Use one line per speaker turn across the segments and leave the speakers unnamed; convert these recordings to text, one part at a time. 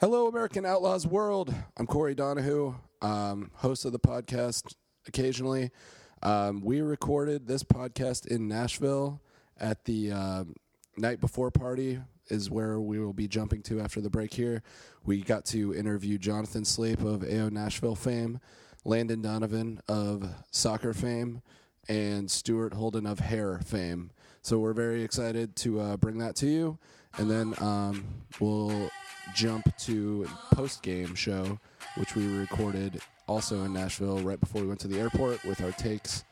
Hello, American Outlaws World. I'm Corey Donahue, um, host of the podcast occasionally. Um, we recorded this podcast in Nashville at the uh, night before party, is where we will be jumping to after the break here. We got to interview Jonathan Sleep of AO Nashville fame, Landon Donovan of soccer fame, and Stuart Holden of hair fame. So we're very excited to uh, bring that to you. And then um, we'll jump to post game show, which we recorded also in Nashville right before we went to the airport with our takes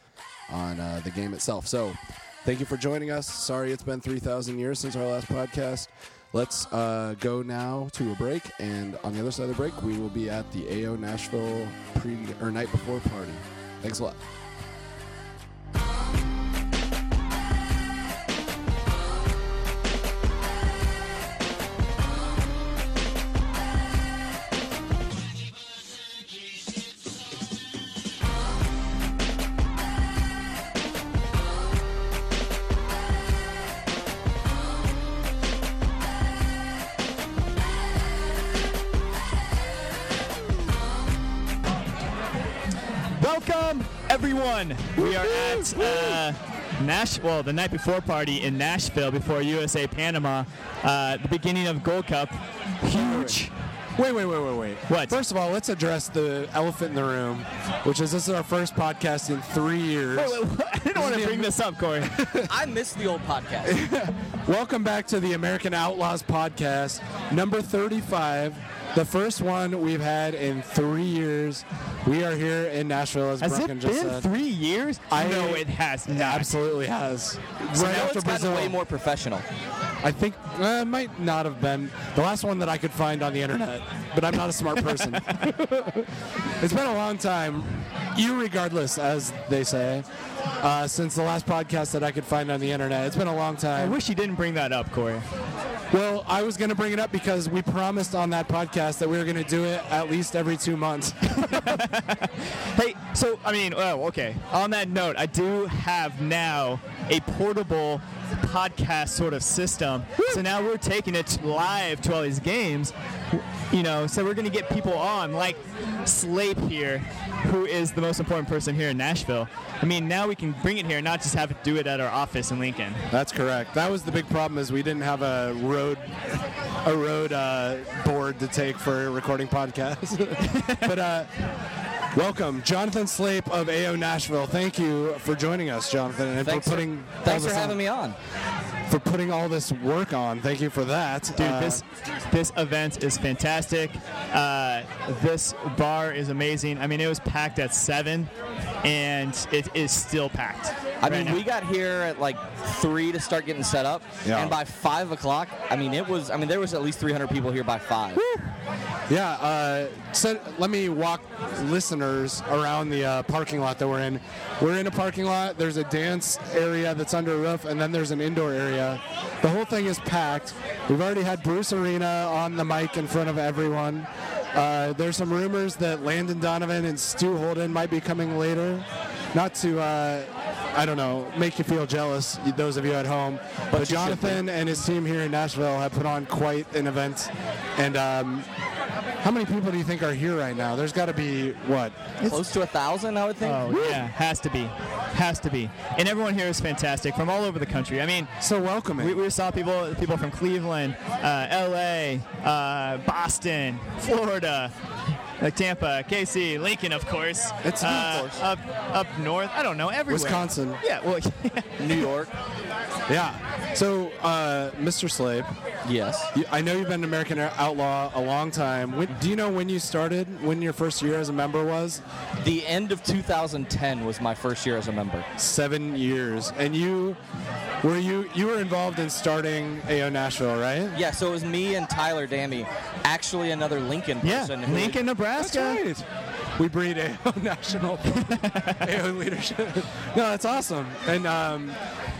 on uh, the game itself. So thank you for joining us. Sorry it's been 3,000 years since our last podcast. Let's uh, go now to a break. And on the other side of the break, we will be at the AO Nashville pre or night before party. Thanks a lot.
Welcome, everyone. We are at uh, Nash. Well, the night before party in Nashville before USA Panama, uh, the beginning of Gold Cup. Huge.
Wait, wait, wait, wait, wait.
What?
First of all, let's address the elephant in the room, which is this is our first podcast in three years.
I didn't want to bring this up, Corey.
I miss the old podcast.
Welcome back to the American Outlaws podcast, number 35. The first one we've had in three years. We are here in Nashville, as
Has it
Brooklyn
been
just said.
three years?
I-
know it has
It
not.
absolutely has.
So
right
now
after
it's gotten
Brazil,
way more professional.
I think uh, it might not have been the last one that I could find on the internet, but I'm not a smart person. it's been a long time, irregardless, as they say, uh, since the last podcast that I could find on the internet. It's been a long
I
time.
wish you didn't bring that up, Corey.
Well, I was going to bring it up because we promised on that podcast that we were going to do it at least every two months.
Hey, so I mean, oh, okay. On that note, I do have now a portable podcast sort of system. So now we're taking it live to all these games. You know, so we're gonna get people on, like Slape here, who is the most important person here in Nashville. I mean, now we can bring it here, not just have to do it at our office in Lincoln.
That's correct. That was the big problem is we didn't have a road a road uh, board to take for recording podcasts. but uh, welcome, Jonathan Slape of AO Nashville. Thank you for joining us, Jonathan, and
Thanks
for
for,
putting
thanks
all
for
this
having me on.
on, for putting all this work on. Thank you for that,
Dude,
Uh,
this this event is fantastic. Uh, this bar is amazing. I mean, it was packed at seven, and it is still packed.
I mean, we got here at like three to start getting set up,
Yeah.
and by five o'clock, I mean it was. I mean there was at least 300 people here by five.
Yeah, uh, so let me walk listeners around the uh, parking lot that we're in. We're in a parking lot. There's a dance area that's under a roof, and then there's an indoor area. The whole thing is packed. We've already had Bruce Arena on the mic in front of everyone. Uh, there's some rumors that Landon Donovan and Stu Holden might be coming later. Not to, uh, I don't know, make you feel jealous, those of you at home. But,
you should be.
Jonathan and his team here in Nashville have put on quite an event. And um, how many people do you think are here right now? There's got to be what?
Close to a thousand, I would think.
Oh yeah, has to be, has to be. And everyone here is fantastic from all over the country. I mean,
So welcoming.
we, we saw people people from Cleveland, uh, L.A., uh, Boston, Florida. Like Tampa, KC, Lincoln, of course.
It's-
uh,
of course.
up up north. I don't know everywhere.
Wisconsin.
Yeah, well,
New York.
yeah. So, uh, Mr. Slade,
Yes.
you, I know you've been an American Outlaw a long time. When, do you know when you started? When your first year as a member was?
The end of 2010 was my first year as a member.
Seven years. And you were you you were involved in starting AO Nashville, right?
Yeah, so it was me and Tyler Dammy, actually another Lincoln
yeah,
person. who-
Lincoln, Nebraska.
That's right. We breed AO national AO leadership. No, that's awesome. And um,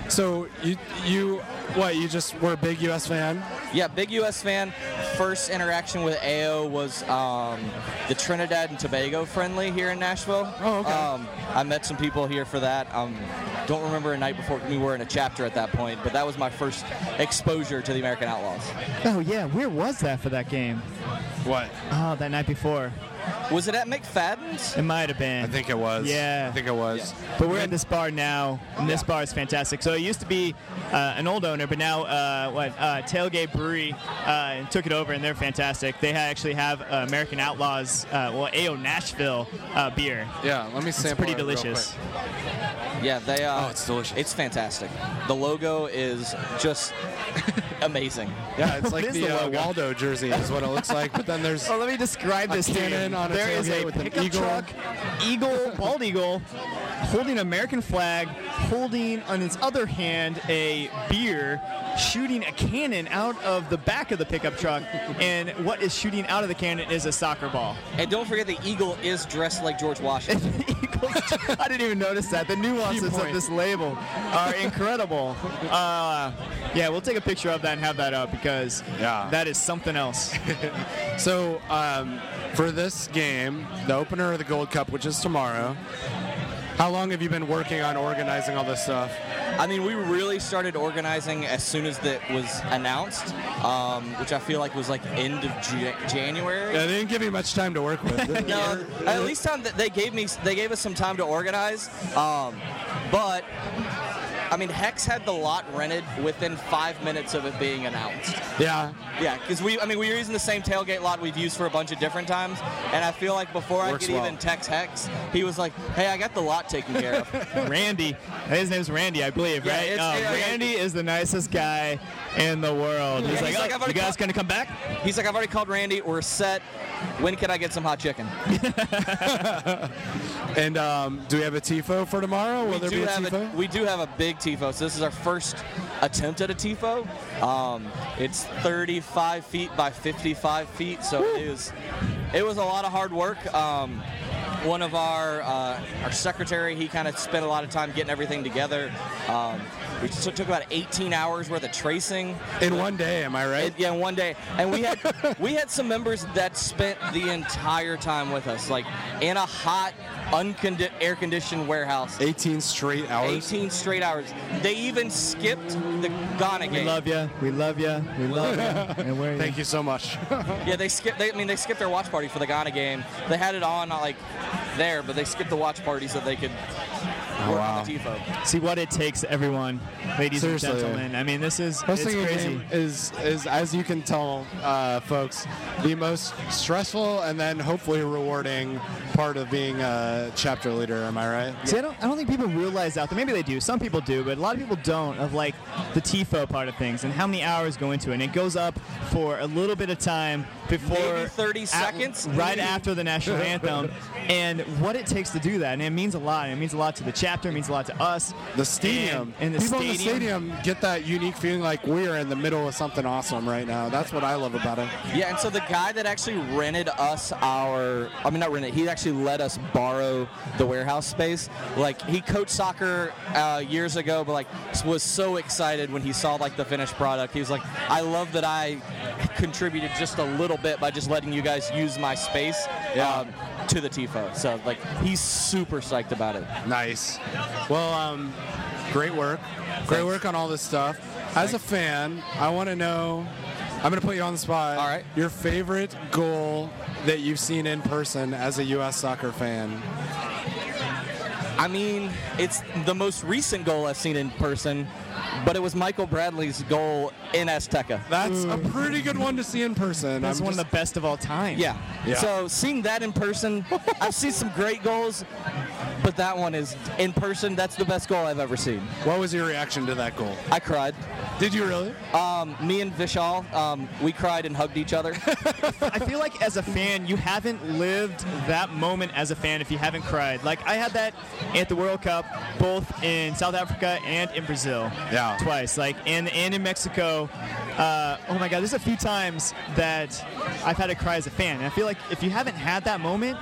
so you you what you just were a big U.S. fan.
Yeah, big U.S. fan. First interaction with AO was um, the Trinidad and Tobago friendly here in Nashville.
Oh, okay.
Um, I met some people here for that. Um, don't remember a night before we were in a chapter at that point, but that was my first exposure to the American Outlaws.
Oh yeah, where was that for that game?
What?
Oh, that night before.
Was it at McFadden's?
It might have been.
I think it was.
Yeah.
I think it was.
But we're at this bar now, and this bar is fantastic. So it used to be uh, an old owner, but now uh, what uh, Tailgate Brewery uh, took it over, and they're fantastic. They ha- actually have uh, American Outlaws, uh, well, AO Nashville uh, beer.
Yeah. Let me sample.
It's pretty
it real
delicious.
quick.
Yeah, they. Uh,
Oh, it's delicious.
It's fantastic. The logo is just amazing.
Yeah, it's like
This
the,
is the
uh,
logo.
Waldo jersey is what it looks like. But then there's
Well, let me describe
A
this to you.
cannon on a
There is
tailgate
a
with an
pickup
eagle.
truck, eagle, bald eagle, holding an American flag, holding on his other hand a beer, shooting a cannon out of the back of the pickup truck, and what is shooting out of the cannon is a soccer ball.
And don't forget the eagle is dressed like George Washington.
Eagles- I didn't even notice that. The nuances of
point.
this label are incredible. Uh, yeah, we'll take a picture of that and have that up because
Yeah.
that is something else.
So um, for this game, the opener of the Gold Cup, which is tomorrow, how long have you been working on organizing all this stuff?
I mean, we really started organizing as soon as that was announced, um, which I feel like was like end of J- January.
Yeah, they didn't give me much time to work with.
No, at least time that they gave me, they gave us some time to organize. Um, but I mean, Hex had the lot rented within five minutes of it being announced.
yeah,
Yeah, because we, I mean, we were using the same tailgate lot we've used for a bunch of different times, and I feel like before I
Works
could
well.
even text Hex, he was like, "Hey, I got the lot taken care of."
Randy, his name's Randy, I believe,
Yeah,
right? Um,
it's- yeah, yeah.
Randy is the nicest guy in the world. He's
Yeah,
like,
he's like,
"Oh,
I've already
you guys
caught-
gonna come back?
He's like, "I've already called Randy. We're set. When can I get some hot chicken?"
and um, do we have a tifo for tomorrow? Will there
do
be a
have
tifo?
A, we do have a big tifo. So this is our first attempt at a tifo. Um, it's 35 feet by 55 feet, so it was it was a lot of hard work. Um, one of our uh, our secretary, he kind of spent a lot of time getting everything together. Um, we took took about 18 hours worth of tracing.
In one day, am I right?
It, yeah, one day, and we had we had some members that spent the entire time with us, like in a hot, uncondi- air-conditioned warehouse.
18 straight hours.
18 straight hours. They even skipped the Ghana game.
We love you. We love you. We love you. And where
Thank you so much.
yeah, they skipped. They, I mean, they skipped their watch party for the Ghana game. They had it on like there, but they skipped the watch party so they could work on the tifo.
See what it takes, everyone, ladies
Seriously.
and gentlemen. I mean, this is it's
Hosting a
crazy.
game is, is, as you can tell, uh, folks, the most stressful and then hopefully rewarding part of being a chapter leader. Am I right?
See, I don't, I don't think people realize out there. Maybe they do. Some people do, but a lot of people don't. Of like the TIFO part of things and how many hours go into it. And it goes up for a little bit of time before
Maybe 30
at-
seconds?
right
Maybe.
after the national anthem, and what it takes to do that. And it means a lot. And it means a lot to the chapter. It means a lot to us.
The stadium.
And, and the
People
stadium.
in the stadium get that unique feeling like we're in the middle of something awesome right now. That's what I love about it.
Yeah, and so the guy that actually rented us our, I mean, not rented, he actually let us borrow the warehouse space. Like, he coached soccer uh, years ago, but like, was so excited when he saw like the finished product. He was like, I love that I contributed just a little bit by just letting you guys use my space um, to the TIFO. So, like, he's super psyched about it.
Nice. Well, um, great work. Great work on all this stuff. As a fan, I want to know. I'm going to put you on the spot.
All right.
Your favorite goal that you've seen in person as a U.S. soccer fan?
I mean, it's the most recent goal I've seen in person, but it was Michael Bradley's goal in Azteca.
That's a pretty good one to see in person.
That's
I'm
one
just-
of the best of all time.
Yeah.
Yeah.
So seeing that in person, I've seen some great goals, but that one is in person. That's the best goal I've ever seen.
What was your reaction to that goal?
I cried.
Did you really?
Um, me and Vishal, um, we cried and hugged each other.
I feel like as a fan, you haven't lived that moment as a fan if you haven't cried. Like I had that at the World Cup, both in South Africa and in Brazil.
Yeah.
Twice. Like and and in Mexico. Uh, oh my God! There's a few times that I've had to cry as a fan. And I feel like if you haven't had that moment,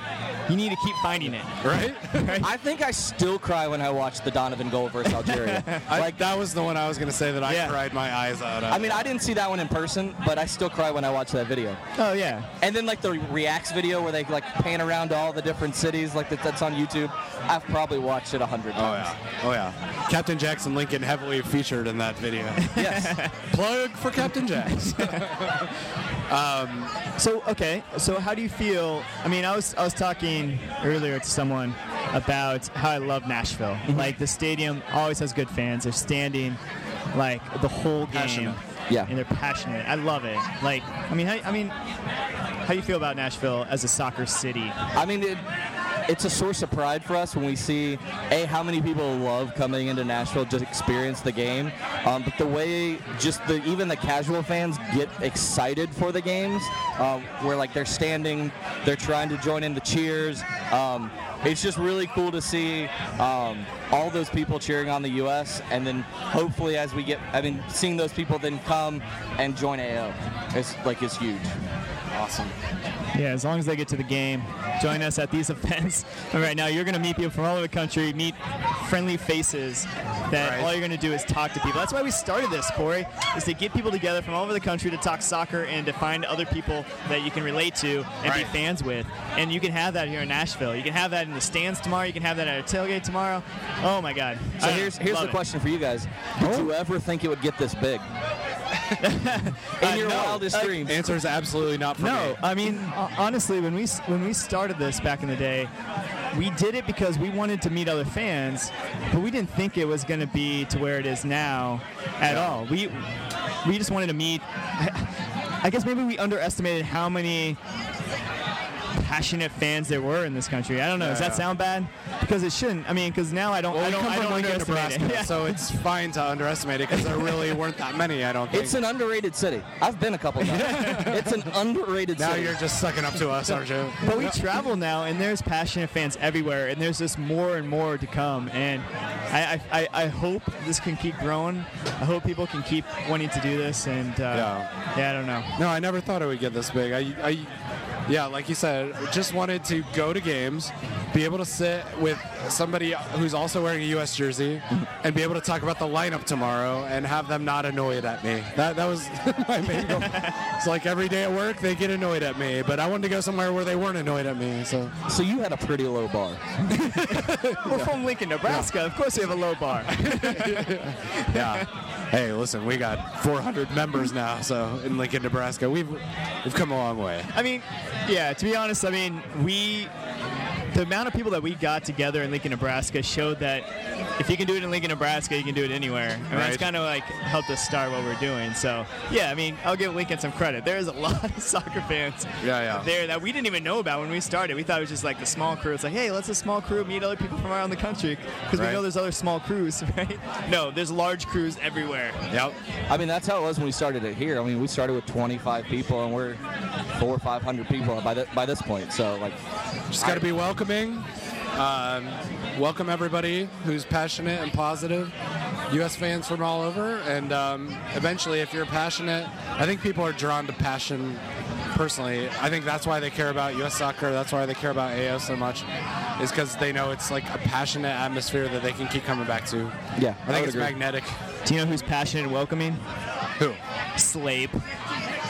you need to keep finding it.
Right?
right?
I think I still cry when I watch the Donovan goal versus Algeria.
I, like that was the one I was gonna say that I
Yeah.
cried my eyes out.
I mean, I didn't see that one in person, but I still cry when I watch that video.
oh yeah.
And then like the reacts video where they like pan around to all the different cities, like that, that's on YouTube. I've probably watched it a hundred
Oh
times.
yeah, oh yeah. Captain Jackson Lincoln heavily featured in that video.
Oh. Yes.
Plug for Captain Jacks.
So okay, so how do you feel? I mean, I was I was talking earlier to someone about how I love Nashville. Like the stadium always has good fans. They're standing like the whole game.
Passionate.
Yeah.
and they're passionate. I love it. Like I mean, how, I mean, how you feel about Nashville as a soccer city?
I mean, it, it's a source of pride for us when we see a how many people love coming into Nashville to experience the game, um, but the way just the even the casual fans get excited for the games, um, where like they're standing, they're trying to join in the cheers. Um, it's just really cool to see um, all those people cheering on the U.S. and then hopefully as we get, I mean, seeing those people then come and join AO, it's like it's huge.
awesome.
Yeah, as long as they get to the game, join us at these events. And right now, you're going to meet people from all over the country, meet friendly faces that
Right.
all you're going to do is talk to people. That's why we started this, Corey, is to get people together from all over the country to talk soccer and to find other people that you can relate to and
Right.
be fans with. And you can have that here in Nashville. You can have that in the stands tomorrow. You can have that at a tailgate tomorrow. Oh, my God.
So
I
here's here's
love
the
it.
question for you guys: Did you ever think it would get this big? In
Uh,
your
no.
wildest
Uh,
dreams.
Answer is absolutely not for me.
No, I mean ho- honestly, when we s- when we started this back in the day, we did it because we wanted to meet other fans, but we didn't think it was going to be to where it is now at all. We we just wanted to meet. I guess maybe we underestimated how many passionate fans there were in this country. I don't know. Does that
Yeah.
sound bad? Because it shouldn't. I mean, because now I don't.
Well,
I don't.
we come
I
from
don't
Lincoln,
underestimate it.
Nebraska,
Yeah.
so it's fine to underestimate it because there really weren't that many. I don't think.
It's an underrated city. I've been a couple times. it's an underrated
now
city.
you're just sucking up to us, aren't you?
But we travel now, and there's passionate fans everywhere, and there's just more and more to come. And I, I, I- I hope this can keep growing. I hope people can keep wanting to do this. And uh,
Yeah.
yeah. I don't know.
No, I never thought it would get this big. I, I, yeah, like you said, just wanted to go to games, be able to sit with somebody who's also wearing a U.S. jersey, and be able to talk about the lineup tomorrow and have them not annoyed at me. That that was my main goal. It's like every day at work they get annoyed at me, but I wanted to go somewhere where they weren't annoyed at me. So
so you had a pretty low bar.
We're from Lincoln, Nebraska. Of course, we have a low bar.
yeah. Hey, listen, we got 400 members now, so in Lincoln, Nebraska, we've we've come a long way.
I mean, yeah. To be honest, I mean, we the amount of people that we got together in Lincoln, Nebraska, showed that if you can do it in Lincoln, Nebraska, you can do it anywhere. I mean, that's
Right.
kind of like helped us start what we're doing. So, yeah. I mean, I'll give Lincoln some credit. There is a lot of soccer fans.
Yeah, yeah.
There that we didn't even know about when we started. We thought it was just like the small crew. It's like, hey, let's a small crew meet other people from around the country because
Right.
we know there's other small crews, right? No, there's large crews everywhere.
Yep.
I mean, that's how it was when we started it here. I mean, we started with 25 people, and we're four or 500 people by th- by this point. So like,
Just got to be welcoming. Um, welcome everybody who's passionate and positive. U.S. fans from all over, and um, eventually, if you're passionate, I think people are drawn to passion. Personally, I think that's why they care about U.S. soccer. That's why they care about AO so much, is because they know it's like a passionate atmosphere that they can keep coming back to.
Yeah, I
I
would
think it's
agree.
magnetic.
Do you know who's passionate and welcoming?
Who?
Slape.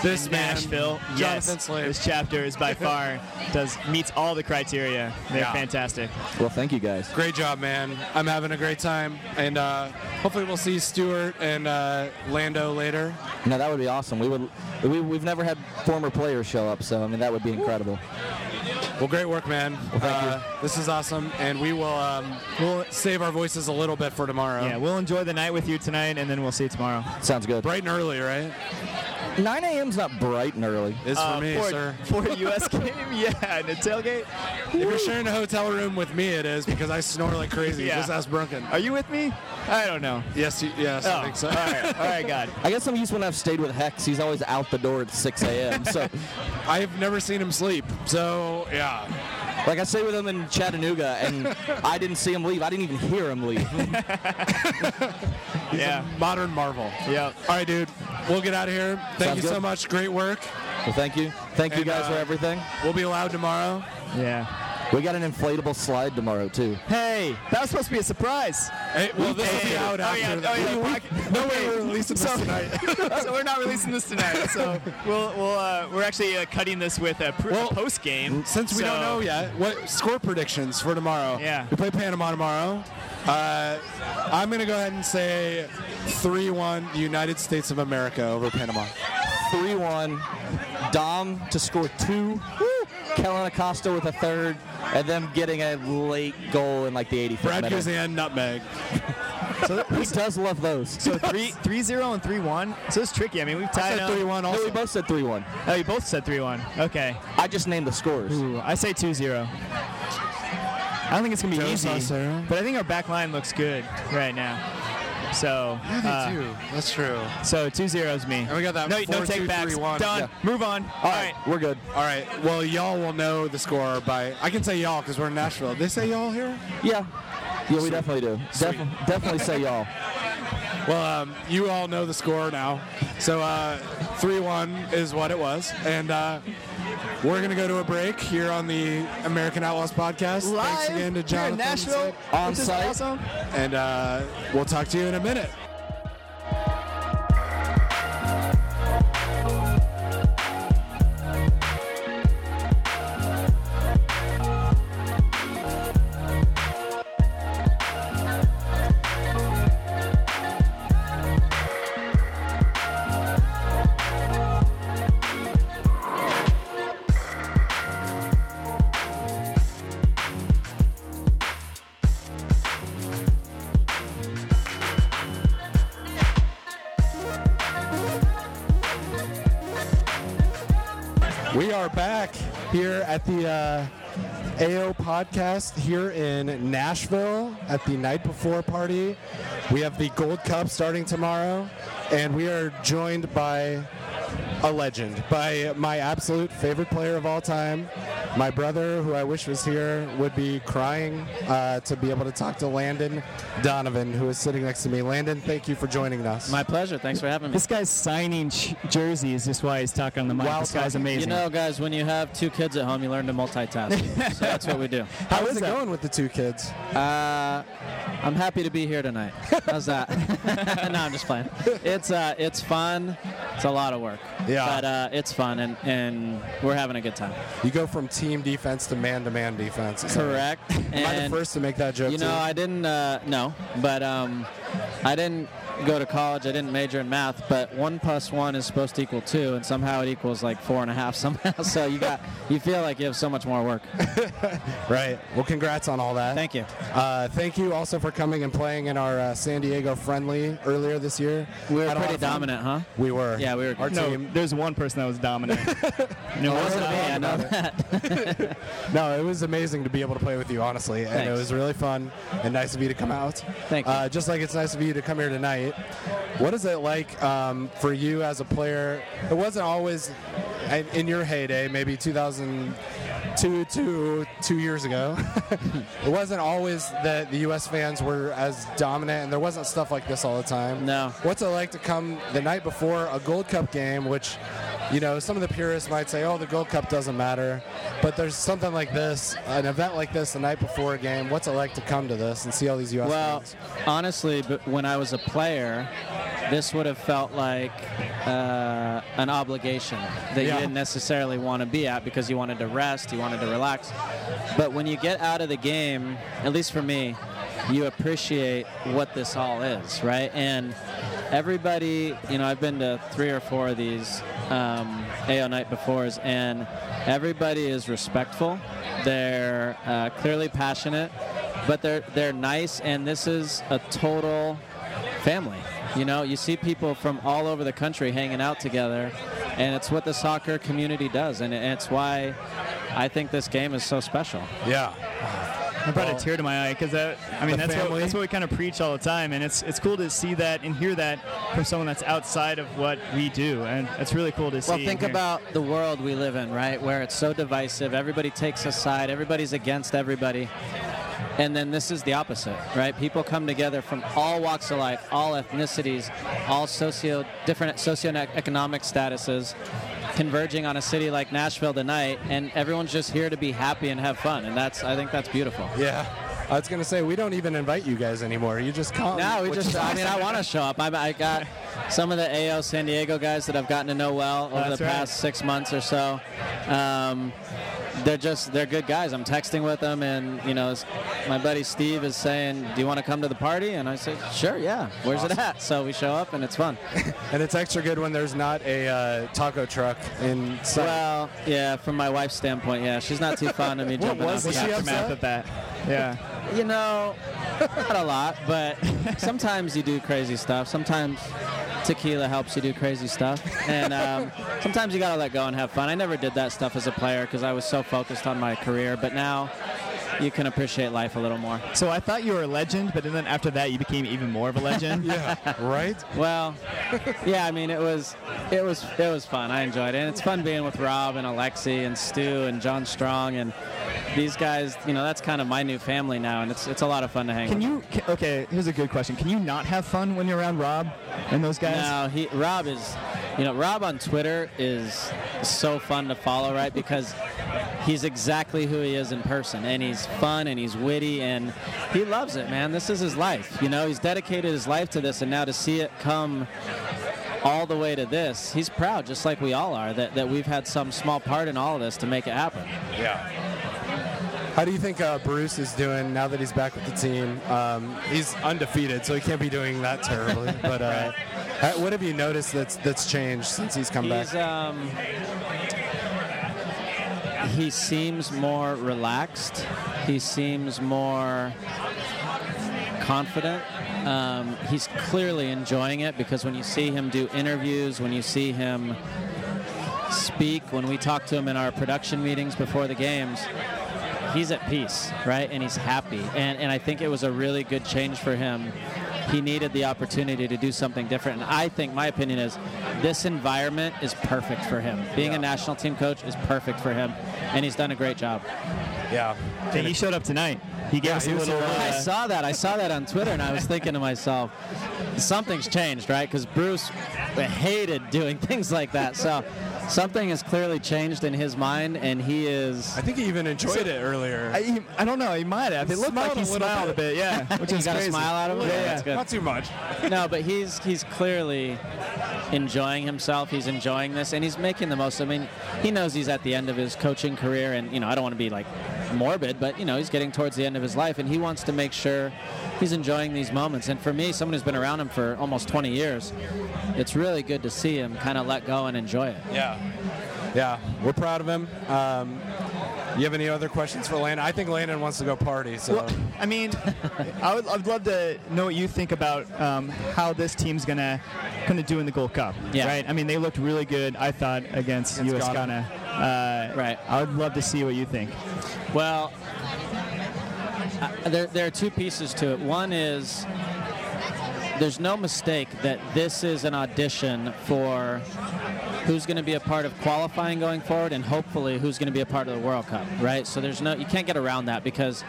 This man,
Nashville.
Jonathan
yes,
Slade.
this chapter is by far does meets all the criteria. They're
Yeah.
fantastic.
well, thank you guys.
Great job, man. I'm having a great time, and uh, hopefully we'll see Stuart and uh, Lando later.
No, that would be awesome. We would. We, we've never had former players show up, so I mean, that would be incredible.
Well, great work, man.
thank you.
uh, This is awesome, and we will um, we'll save our voices a little bit for tomorrow.
Yeah, we'll enjoy the night with you tonight, and then we'll see you tomorrow.
Sounds good.
bright and early, right?
9 a.m.'s not bright and early.
It's
Uh,
for me,
for,
sir.
for a U.S. game, yeah, and a tailgate.
If you're sharing a hotel room with me, it is because I snore like crazy.
Yeah.
Just ask Brunken.
Are you with me? I don't know.
Yes, you, yes,
Oh,
I think so.
all right, all right, God.
I guess I'm used when I've stayed with Hex. He's always out the door at 6 a.m. So,
I've never seen him sleep, so yeah.
like, I stayed with him in Chattanooga, and I didn't see him leave. I didn't even hear him leave.
He's
Yeah.
a modern marvel.
Yep.
All right, dude. We'll get out of here. Thank
Sounds
you
good.
so much. Great work.
Well, thank you. Thank you
And,
guys for
uh,
everything.
We'll be loud tomorrow.
Yeah.
We got an inflatable slide tomorrow too.
Hey, that was supposed to be a surprise.
Hey, well, this will be
Hey.
out
oh,
after.
yeah, oh, yeah, podcast-
No way we're releasing this
So-
tonight.
so we're not releasing this tonight. So we'll we'll uh, we're actually uh, cutting this with a pr-
Well,
post game.
Since we don't know yet, what score predictions for tomorrow?
Yeah.
We play Panama tomorrow. Uh, I'm going to go ahead and say 3 1 United States of America over Panama.
Three-one. Dom to score two. Kellen Acosta with a third, and them getting a late goal in like the 85th
Brad
minute.
Guzan, nutmeg.
He does love those.
So three three zero and three one. So it's tricky. I mean, we've tied
Said 3
up.
1
No, we
also.
both said three-one.
Oh, you both said three one. Okay.
I just named the scores.
Ooh, I say two zero. I don't think it's gonna be
Joe
easy,
Saucedo.
but I think our back line looks good right now. So uh,
That's true.
so two zeros me.
And we got that
no no
four, two,
take backs.
three, one.
Done.
Yeah.
Move on. All right.
We're good.
All right. Well, y'all will know the score by. I can say y'all because we're in Nashville. They say y'all here?
Yeah. Yeah, we definitely do. Def- definitely say y'all.
Well, um, you all know the score now. So uh, 3 1 is what it was. And uh, we're going to go to a break here on the American Outlaws podcast. Thanks again
here
to
in
Jonathan.
Nashville.
On
This is
site.
awesome.
And uh, we'll talk to you in a minute. We are back here at the uh, AO podcast here in Nashville at the night before party. We have the Gold Cup starting tomorrow, and we are joined by a legend, by my absolute favorite player of all time. My brother, who I wish was here, would be crying uh, to be able to talk to Landon Donovan, who is sitting next to me. Landon, thank you for joining us.
My pleasure. Thanks for having me.
This guy's signing ch- jerseys. Just why he's talking on the mic.
Wow,
this guy's
talking.
amazing.
You know, guys, when you have two kids at home, you learn to multitask. so that's what we do.
How
is
is it
that?
going with the two kids?
Uh, I'm happy to be here tonight. How's that? no, I'm just playing. It's uh, it's fun. It's a lot of work.
Yeah.
But uh, it's fun, and, and we're having a good time.
You go from team defense to man-to-man defense. is that right?
Correct.
Am I the
And-
first to make that joke?
You
to
know, I didn't. Uh, no, but um, I didn't go to college. I didn't major in math. But one plus one is supposed to equal two, and somehow it equals like four and a half. Somehow, so you got you feel like you have so much more work.
right. Well, congrats on all that.
Thank you.
Uh, thank you also for coming and playing in our uh, San Diego friendly earlier this year.
We were
Had a lot
pretty
of fun.
dominant, huh?
We were.
Yeah, we were.
Our
No,
team.
there's one person that was dominant. no, it
Wasn't me, I know that.
No, it was amazing to be able to play with you, honestly, and it
Thanks.
was really fun and nice of you to come out.
Thank
Uh,
you.
just like it's nice of you to come here tonight. What is it like um, for you as a player? It wasn't always I- in your heyday, maybe 2002, two, two years ago. it wasn't always that the U.S. fans were as dominant, and there wasn't stuff like this all the time.
No.
What's it like to come the night before a Gold Cup game, which, you know, some of the purists might say, oh, the Gold Cup doesn't matter. But there's something like this, an event like this the night before a game. What's it like to come to this and see all these U.S.
Well,
fans?
honestly, but when I was a player, this would have felt like uh, an obligation that you
Yeah.
didn't necessarily want to be at because you wanted to rest, you wanted to relax. But when you get out of the game, at least for me, you appreciate what this all is, right? And everybody, you know, I've been to three or four of these um, AO night befores, and everybody is respectful. They're uh, clearly passionate but they're they're nice and this is a total family you know you see people from all over the country hanging out together and it's what the soccer community does and it's why i think this game is so special
Yeah.
I brought a tear to my eye because that. I mean,
The
that's what,
family.
that's what we kind of preach all the time, and it's it's cool to see that and hear that from someone that's outside of what we do, and it's really cool to see.
well
and
think
hear.
about the world we live in right where it's so divisive everybody takes a side everybody's against everybody and then this is the opposite right people come together from all walks of life all ethnicities all socio different socioeconomic statuses converging on a city like Nashville tonight, and everyone's just here to be happy and have fun, and that's I think that's beautiful.
Yeah. I was gonna say we don't even invite you guys anymore. You just come.
No, we
which
just.
is
I mean, I
awesome.
want to show up. I, I got some of the AL San Diego guys that I've gotten to know well over
That's
the
right.
past six months or so. Um, they're just they're good guys. I'm texting with them, and you know, it's- my buddy Steve is saying, "Do you want to come to the party?" And I say, "Sure, yeah." Where's it at? So we show up, and it's fun.
And it's extra good when there's not a uh, taco truck in sight.
well, yeah, from my wife's standpoint, yeah, she's not too fond of me jumping
was
off.
she
the
upset?
Aftermath of that. Yeah.
You know, not a lot, but sometimes you do crazy stuff. Sometimes tequila helps you do crazy stuff, and um, sometimes you gotta let go and have fun. I never did that stuff as a player because I was so focused on my career, but now you can appreciate life a little more.
So I thought you were a legend, but then after that, you became even more of a legend.
yeah, right.
Well, yeah, I mean, it was, it was, it was fun. I enjoyed it. And it's fun being with Rob and Alexi and Stu and John Strong and these guys. You know, that's kind of my new family now, and it's it's a lot of fun to hang.
Can
with.
you? Can, okay, here's a good question. Can you not have fun when you're around Rob and those guys?
No, he Rob is, you know, Rob on Twitter is so fun to follow, right? Because he's exactly who he is in person, and he's fun and he's witty and he loves it, man. This is his life, you know. He's dedicated his life to this, and now to see it come all the way to this, he's proud, just like we all are, that that we've had some small part in all of this to make it happen.
How do you think uh, Bruce is doing now that he's back with the team? Um, he's undefeated, so he can't be doing that terribly. but uh, ha- what have you noticed that's that's changed since he's uh, come
He's
back?
um, he seems more relaxed. He seems more confident. Um, he's clearly enjoying it because when you see him do interviews, when you see him speak, when we talk to him in our production meetings before the games, he's at peace, right? And he's happy. And, and I think it was a really good change for him. He needed the opportunity to do something different. And I think my opinion is this environment is perfect for him. Being a national team coach is perfect for him. And he's done a great job.
yeah.
Hey, he showed up tonight. He gave
Yeah,
us
he
a
was
little.
around.
I
Uh,
saw that. I saw that on Twitter, and I was thinking to myself, something's changed, right? Because Bruce hated doing things like that. So something has clearly changed in his mind, and he is.
I think he even enjoyed it earlier.
I, he- I don't know. He might have. It looked
Smiled
like he
a little
smiled a bit. Yeah, which
You
is
got
crazy.
a smile out of him.
Yeah, yeah.
that's good.
Not too much.
no, but he's he's clearly enjoying himself. He's enjoying this, and he's making the most. I mean, he knows he's at the end of his coaching career, and you know, I don't want to be like morbid, but you know, he's getting towards the end of his life, and he wants to make sure he's enjoying these moments. And for me, someone who's been around him for almost 20 years, it's really good to see him kind of let go and enjoy it.
Yeah. Yeah, we're proud of him. Um, you have any other questions for Landon? I think Landon wants to go party. So
Well, I mean, I would I'd love to know what you think about um, how this team's gonna gonna do in the Gold Cup.
Yeah.
Right. I mean, they looked really good. I thought against,
Against
U.S.
Ghana.
Ghana. Uh,
Right.
I would love to see what you think.
Well, I, there, there are two pieces to it. One is there's no mistake that this is an audition for who's going to be a part of qualifying going forward and hopefully who's going to be a part of the World Cup, right? So there's no you can't get around that because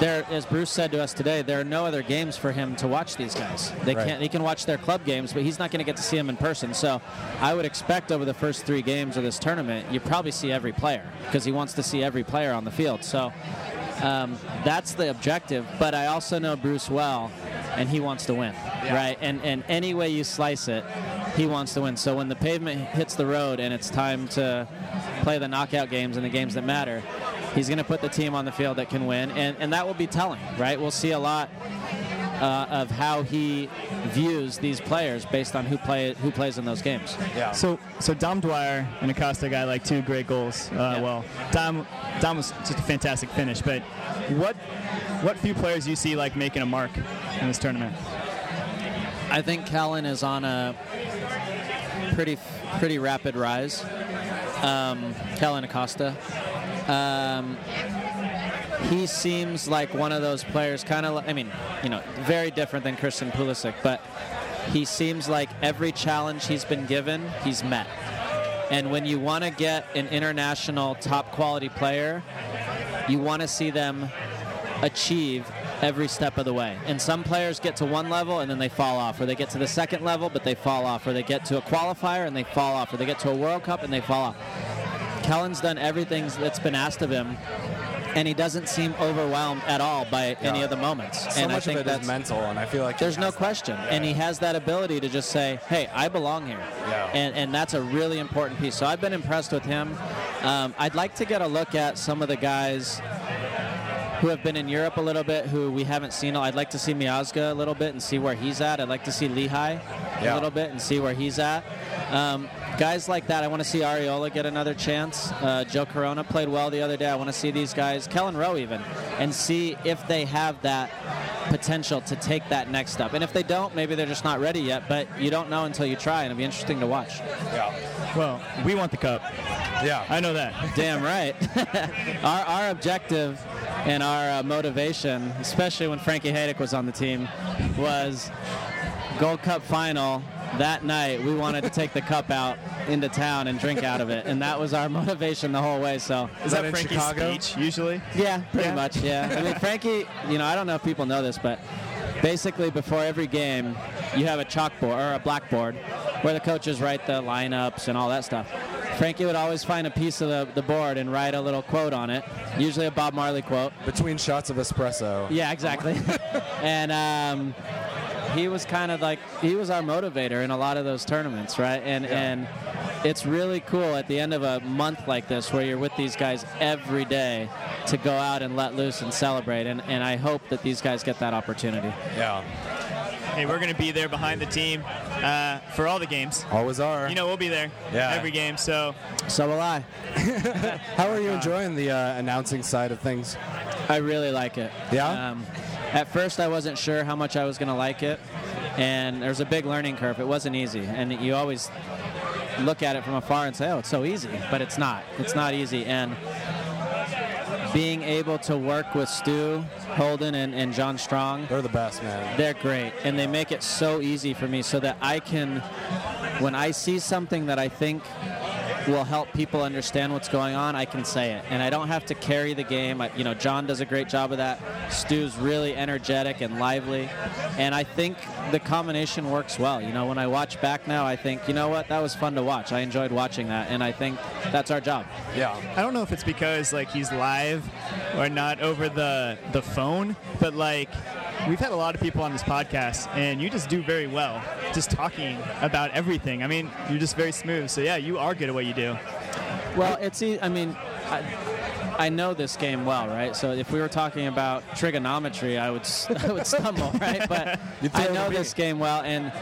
there as Bruce said to us today, there are no other games for him to watch these guys. They
Right.
can't he can watch their club games, but he's not going to get to see them in person. So I would expect over the first 3 games of this tournament, you probably see every player because he wants to see every player on the field. So um, that's the objective. But I also know Bruce well, and he wants to win, right? And and any way you slice it, he wants to win. So when the pavement hits the road and it's time to play the knockout games and the games that matter, he's going to put the team on the field that can win, and and that will be telling, right? We'll see a lot. Uh, of how he views these players based on who play who plays in those games.
yeah.
So, so Dom Dwyer and Acosta got like two great goals. Uh,
Yeah.
Well, Dom, Dom was just a fantastic finish. But what, what few players you see like making a mark in this tournament?
I think Callan is on a pretty pretty rapid rise. Um, Callan Acosta. Um, he seems like one of those players, kind of. I mean, you know, very different than Christian Pulisic, but he seems like every challenge he's been given, he's met. And when you want to get an international top quality player, you want to see them achieve every step of the way. And some players get to one level and then they fall off, or they get to the second level but they fall off, or they get to a qualifier and they fall off, or they get to a World Cup and they fall off. Kellen's done everything that's been asked of him, and he doesn't seem overwhelmed at all by any of the moments.
So
and
much
I think
of it
that's
is mental, and I feel like he
there's no
has that.
question, and he has that ability to just say, "Hey, I belong here,"
Yeah.
and and that's a really important piece. So I've been impressed with him. Um, I'd like to get a look at some of the guys who have been in Europe a little bit, who we haven't seen. I'd like to see Miazga a little bit and see where he's at. I'd like to see Lehigh a
Yeah.
little bit and see where he's at. Um, guys like that, I want to see Ariola get another chance. Uh, Joe Corona played well the other day. I want to see these guys, Kellen Rowe even, and see if they have that potential to take that next step. And if they don't, maybe they're just not ready yet. But you don't know until you try, and it'll be interesting to watch.
Yeah.
Well, we want the cup.
Yeah.
I know that.
Damn right. our, our objective and our uh, motivation, especially when Frankie Haydick was on the team, was Gold Cup final. That night, we wanted to take the cup out into town and drink out of it, and that was our motivation the whole way. So,
Is
that
that,
in
Frankie's
Chicago?
speech usually?
yeah, pretty
Yeah.
much. Yeah. I mean, Frankie, you know, I don't know if people know this, but basically before every game, you have a chalkboard or a blackboard where the coaches write the lineups and all that stuff. Frankie would always find a piece of the, the board and write a little quote on it, usually a Bob Marley quote.
Between shots of espresso.
Yeah, exactly. and um, he was kind of like he was our motivator in a lot of those tournaments, right? And and it's really cool at the end of a month like this where you're with these guys every day to go out and let loose and celebrate. And and I hope that these guys get that opportunity.
Yeah.
Hey, we're going to be there behind the team uh, for all the games.
Always are.
You know, we'll be there
Yeah.
every game. So
So will I.
How are you enjoying the uh, announcing side of things?
I really like it.
Yeah?
Um, at first, I wasn't sure how much I was going to like it, and there was a big learning curve. It wasn't easy, and you always look at it from afar and say, "Oh, it's so easy," but it's not. It's not easy, and being able to work with Stu Holden and, and John Strong
They're the best, man.
they're great, and they make it so easy for me so that I can, when I see something that I think will help people understand what's going on, I can say it, and I don't have to carry the game. I, you know, John does a great job of that. Stu's really energetic and lively, and I think the combination works well. You know, when I watch back now, I think, you know what, that was fun to watch. I enjoyed watching that, and I think that's our job.
Yeah.
I don't know if it's because like he's live or not over the the phone, but like we've had a lot of people on this podcast, and you just do very well, just talking about everything. I mean, you're just very smooth. So yeah, you are good at what you do.
Well, it's. e- I mean, I, I know this game well, right? So if we were talking about trigonometry, I would s- I would stumble, right? But I know this game well, and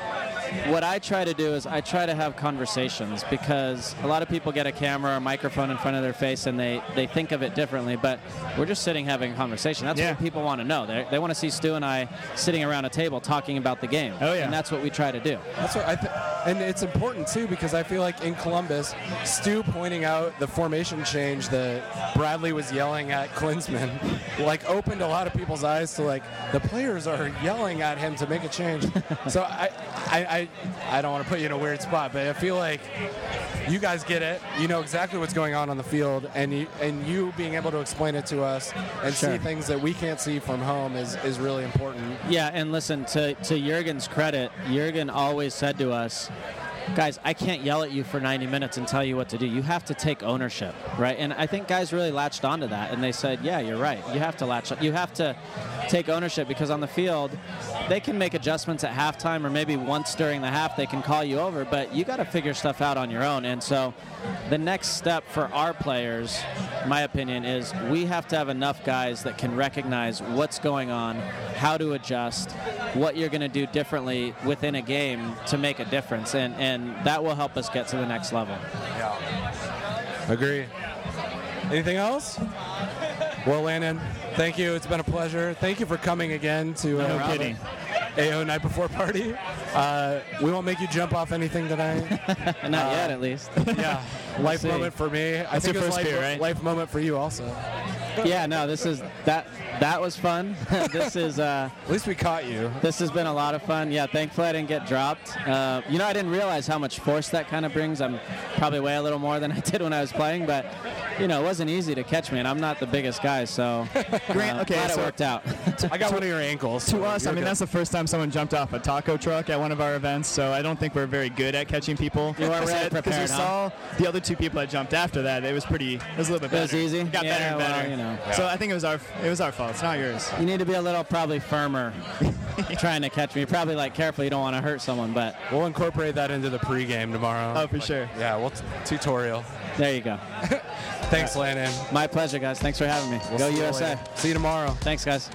what I try to do is I try to have conversations because a lot of people get a camera or microphone in front of their face and they they think of it differently. But we're just sitting having a conversation. That's
Yeah.
what people want to know. They they want to see Stu and I sitting around a table talking about the game.
Oh, yeah.
and that's what we try to do.
That's what I th- and it's important too because I feel like in Columbus, Stu pointing out the formation change that Bradley was yelling at Klinsman, like opened a lot of people's eyes to like the players are yelling at him to make a change. so I, I, I, I don't want to put you in a weird spot, but I feel like you guys get it. You know exactly what's going on on the field, and you and you being able to explain it to us and see
Sure.
things that we can't see from home is is really important.
Yeah, and listen to to Jurgen's credit. Jurgen always said to us, "Guys, I can't yell at you for 90 minutes and tell you what to do. You have to take ownership, right?" And I think guys really latched onto that, and they said, "Yeah, you're right. You have to latch. You have to take ownership because on the field, they can make adjustments at halftime or maybe once during the half they can call you over, but you got to figure stuff out on your own." And so, the next step for our players, my opinion, is we have to have enough guys that can recognize what's going on, how to adjust, what you're going to do differently within a game to make a difference, and, and that will help us get to the next level.
Agree. Anything else? Well, Landon, thank you. It's been a pleasure. Thank you for coming again to
No kidding.
AO Night Before Party. Uh, we won't make you jump off anything tonight.
And not yet, at least.
yeah. Life
see.
moment for me. I
That's
think
your
it was
first
life,
beer, right?
life moment for you also.
yeah, no, this is that that was fun. this is uh,
At least we caught you.
this has been a lot of fun. Yeah, thankfully I didn't get dropped. Uh, you know, I didn't realize how much force that kind of brings. I'm probably way a little more than I did when I was playing, but you know, it wasn't easy to catch me, and I'm not the biggest guy, so
Grant,
uh,
okay,
glad
so-
it worked out.
I got one of your ankles.
To us, I mean, that's the first time someone jumped off a taco truck at one of our events, so I don't think we're very good at catching people.
You weren't really
Because we
prepared, huh?
saw the other two people that jumped after that. It was pretty. It was a little bit
It
better.
was easy?
Got
Yeah,
better and
well,
better.
you know.
So I think it was our it was our fault. It's not yours.
You need to be a little probably firmer trying to catch me. Probably like careful, you don't want to hurt someone, but
We'll incorporate that into the pregame tomorrow.
Oh, for sure.
Yeah, we'll t- tutorial.
there you go.
Thanks, Landon.
My pleasure, guys. Thanks for having me.
We'll
go
see you
USA.
later. See you tomorrow.
Thanks, guys.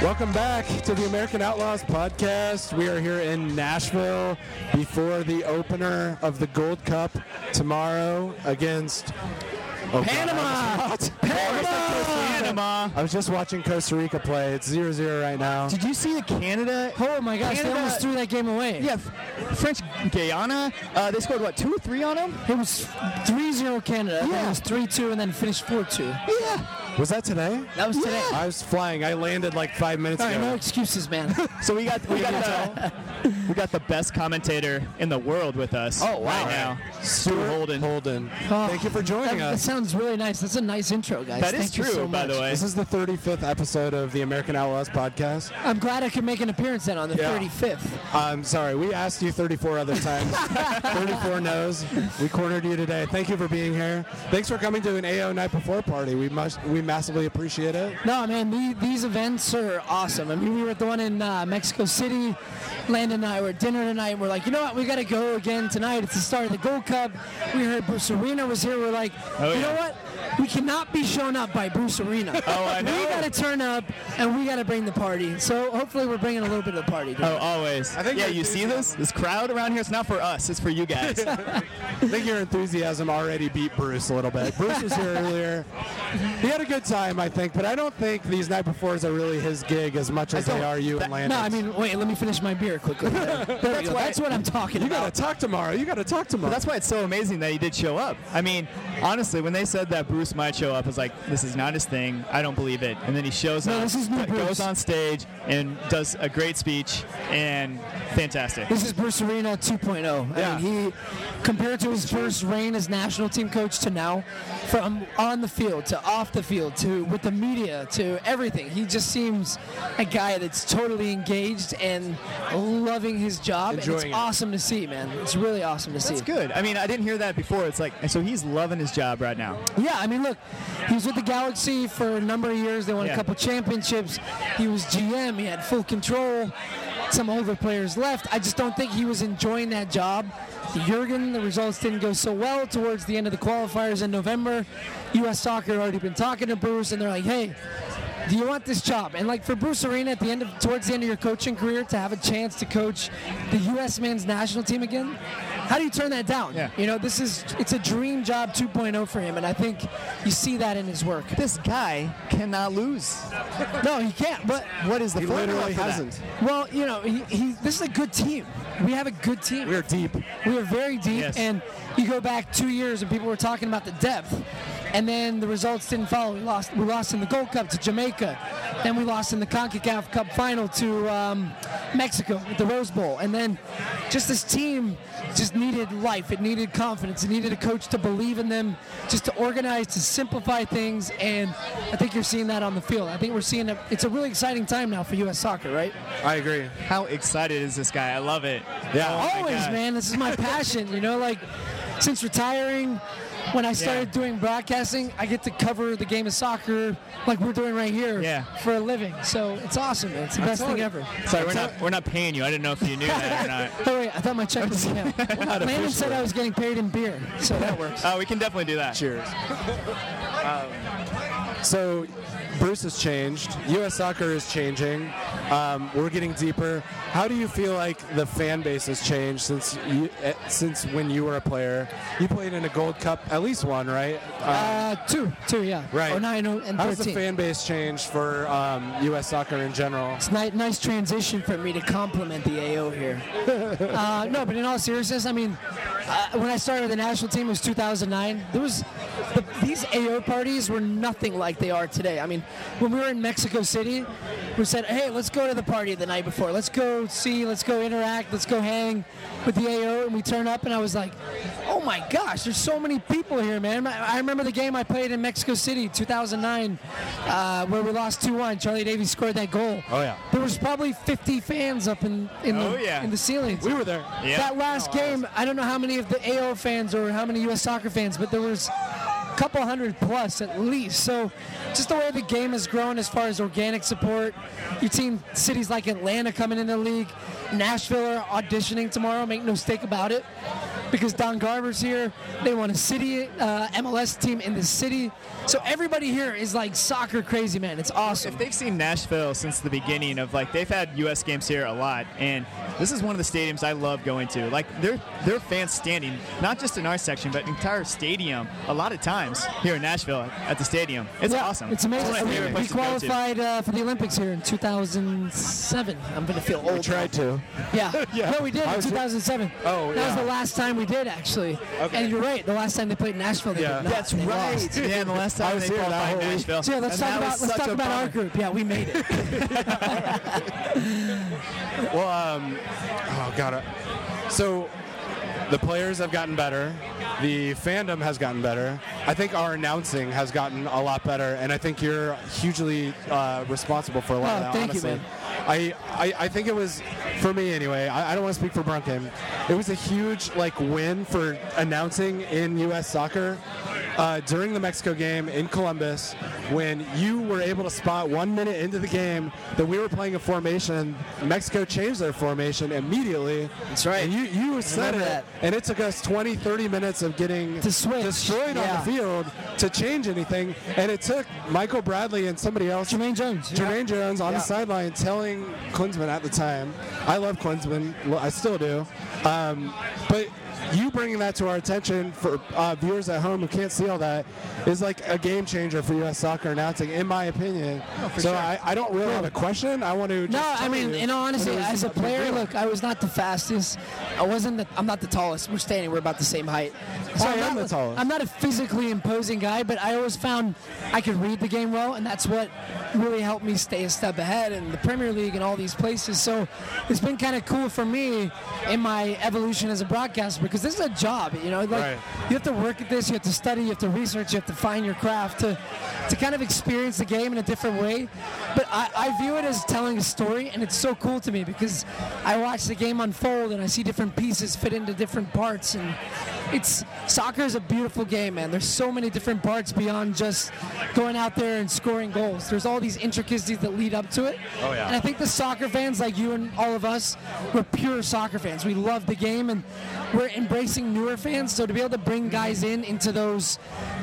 Welcome back to the American Outlaws podcast. We are here in Nashville before the opener of the Gold Cup tomorrow against Oh, God, I
Panama.
almost- Panama.
Panama.
I was just watching Costa Rica play. It's 0-0 right now.
Did you see the Canada?
Oh my gosh, they
Canada-
almost threw that game away.
Yeah, F- French Guyana. Uh, they scored what two or three on them?
It was 3 0 Canada, then it was 3 2, and then finished 4 2.
Yeah.
Was that today?
That was today.
I was flying. I landed like five minutes
All right, no
ago.
excuses, man.
So we got we got the we got the best commentator in the world with us.
Oh, wow.
Right now, Stu
Stuart
Holden.
Holden.
Oh,
Thank you for
that,
joining
that
us.
sounds really nice. That's a nice intro, guys.
That
Thank
is
you
true,
so
by the
much.
way.
This is the 35th episode of the American Outlaws podcast.
I'm glad I could make an appearance then on the
Yeah.
35th.
I'm sorry, we asked you 34 other times. 34 no's. We cornered you today. Thank you for being here. Thanks for coming to an AO night before party. We must, we massively appreciate it.
No, man, the, these events are awesome. I mean, we were at the one in uh, Mexico City. Landon and I were at dinner tonight. We're like, you know what? We got to go again tonight. It's the start of the Gold Cup. We heard Bruce Arena was here. We're like,
Oh,
you know
yeah.
what? We cannot be shown up by Bruce Arena.
Oh, I
We
know.
got to turn up and we got to bring the party. So hopefully we're bringing a little bit of the party.
Oh, always.
I think
yeah,
you're
you see this? This crowd around here, it's not for us, it's for you guys.
I think your enthusiasm already beat Bruce a little bit. Bruce was here earlier. He had a good time, I think, but I don't think these night befores are really his gig as much as they
don't-
are you and Landon.
No, I mean, wait, let me finish my beer quickly. There we go. That's,
why-
what I'm talking
you
about.
gotta talk tomorrow. You gotta talk tomorrow.
But that's why it's so amazing that he did show up. I mean, honestly, when they said that Bruce might show up, I was like, this is not his thing. I don't believe it. And then he shows
No,
up,
this is new
goes
Bruce.
on stage, and does a great speech, and fantastic.
This is Bruce Arena 2.0. I
Yeah.
mean, he compared to his first reign as national team coach to now, from on the field to off the field to with the media to everything. He just seems a guy that's totally engaged and loving his job. and
Enjoying
it's
it.
awesome to see, man. It's really awesome to see.
It's good. I mean, I didn't hear that before. It's like, so he's loving his job right now.
Yeah, I mean, look, he was with the Galaxy for a number of years. They won
Yeah.
a couple championships. He was GM. He had full control. Some older players left. I just don't think he was enjoying that job. Jurgen, the results didn't go so well towards the end of the qualifiers in November. U.S. Soccer had already been talking to Bruce, and they're like, "Hey, do you want this job? And like for Bruce Arena, at the end of towards the end of your coaching career, to have a chance to coach the U.S. men's national team again, how do you turn that down?
Yeah.
You know, this is it's a dream job 2.0 for him, and I think you see that in his work.
This guy cannot lose.
No, he can't. But
What is the
he
formula
literally
for that?
hasn't.
well, you know, he, he this is a good team. We have a good team.
We're deep.
We were very deep,
Yes.
and you go back two years, and people were talking about the depth, and then the results didn't follow. We lost. We lost in the Gold Cup to Jamaica, then we lost in the Concacaf Cup final to um, Mexico at the Rose Bowl, and then just this team just needed life. It needed confidence. It needed a coach to believe in them, just to organize, to simplify things, and I think you're seeing that on the field. I think we're seeing a, it's a really exciting time now for U.S. soccer, right?
I agree.
How excited is this guy? I love it.
Yeah.
Oh my
always
God.
man this is my passion you know like since retiring when I started doing broadcasting, I get to cover the game of soccer like we're doing right here
Yeah.
for a living. So it's awesome. It's the best thing ever.
Sorry, we're not we're not paying you. I didn't know if you knew that or not.
Oh wait, I thought my check was in. Landon said I was getting paid in beer, so that works.
Uh, we can definitely do that.
Cheers. Um, so, Bruce has changed. U.S. soccer is changing. Um, we're getting deeper. How do you feel like the fan base has changed since you, eh, since when you were a player? You played in a Gold Cup, at least one, right? Uh,
Uh, two, two, yeah.
Right.
Oh, nine oh, and
how has the
thirteen.
fan base changed for um, U.S. soccer in general?
It's ni- nice transition for me to compliment the AO here. uh, no, but in all seriousness, I mean, uh, when I started with the national team, it was 2009. There was the, these AO parties were nothing like they are today. I mean, when we were in Mexico City, we said, "Hey, let's go to the party the night before. Let's go see. Let's go interact. Let's go hang with the AO." And we turn up, and I was like, "Oh my gosh, there's so many people here, man!" I I remember the game I played in Mexico City, 2009, uh, where we lost 2-1. Charlie Davies scored that goal.
Oh, yeah.
There was probably 50 fans up in in,
Oh,
the,
yeah.
in the ceilings.
We were there.
Yeah.
That last game, I don't know how many of the AO fans or how many U.S. soccer fans, but there was a couple hundred plus at least. So just the way the game has grown as far as organic support, you've seen cities like Atlanta coming in the league, Nashville are auditioning tomorrow, make no mistake about it, because Don Garber's here. They want a city uh, MLS team in the city. So everybody here is like soccer crazy, man. It's awesome.
If they've seen Nashville since the beginning of like they've had U.S. games here a lot, and this is one of the stadiums I love going to. Like their their fans standing, not just in our section, but entire stadium. A lot of times here in Nashville at the stadium, it's
Yeah,
awesome.
It's amazing.
one of my favorite
we we
places to go to.
qualified uh, for the Olympics here in 2007. I'm going to feel old.
Tried to.
Yeah.
Yeah.
No, we did
I
in
was-
2007.
Oh,
That was
yeah.
the last time we did, actually.
Okay.
And you're right. The last time they played in Nashville, they
Yeah.
did not.
That's
They
right.
lost.
Yeah, and the last
I
time
was
they
here that
qualified
whole week.
Nashville.
So yeah, let's
And
talk
that
about
was
let's
such
talk
a
about our
bummer.
group. Yeah, we made it.
Well, um,
Oh God. I- So the players have gotten better. The fandom has gotten better. I think our announcing has gotten a lot better, and I think you're hugely uh, responsible for a lot
Oh,
of that.
thank you,
honestly.
man.
I, I, I think it was for me anyway. I, I don't want to speak for Brunken. It was a huge like win for announcing in U.S. soccer uh, during the Mexico game in Columbus when you were able to spot one minute into the game that we were playing a formation. Mexico changed their formation immediately.
That's right.
And you you said it,
Remember that.
and it took us 20, 30 minutes of getting
To switch,
destroyed
yeah.
on the field to change anything, and it took Michael Bradley and somebody else.
Jermaine Jones.
Jermaine Jones on the sideline telling Klinsman at the time, I love Klinsman, lo- I still do, um, but you bringing that to our attention for uh, viewers at home who can't see all that is like a game changer for U.S. soccer announcing, in my opinion.
Oh,
so I, I don't really have a question. I want to. Just
No,
tell
I mean,
you
in all
that it
honesty,
was
as a
big
player,
deal.
look, I was not the fastest. I wasn't. The, I'm not the tallest. We're standing. We're about the same height. So
I
I'm
am
not-
the tallest.
I'm not a physically imposing guy, but I always found I could read the game well, and that's what really helped me stay a step ahead in the Premier League and all these places. So it's been kind of cool for me in my evolution as a broadcaster because this is a job. You know, like
Right.
you have to work at this, you have to study, you have to research, you have to find your craft to, to kind of experience the game in a different way. But I, I view it as telling a story, and it's so cool to me because I watch the game unfold and I see different pieces fit into different parts. And it's soccer is a beautiful game, man. There's so many different parts beyond just going out there and scoring goals. There's all these intricacies that lead up to it. Oh, yeah. And I think the soccer fans, like you and all of us, we're pure soccer fans. We love the game and we're embracing newer fans. So to be able to bring guys in into those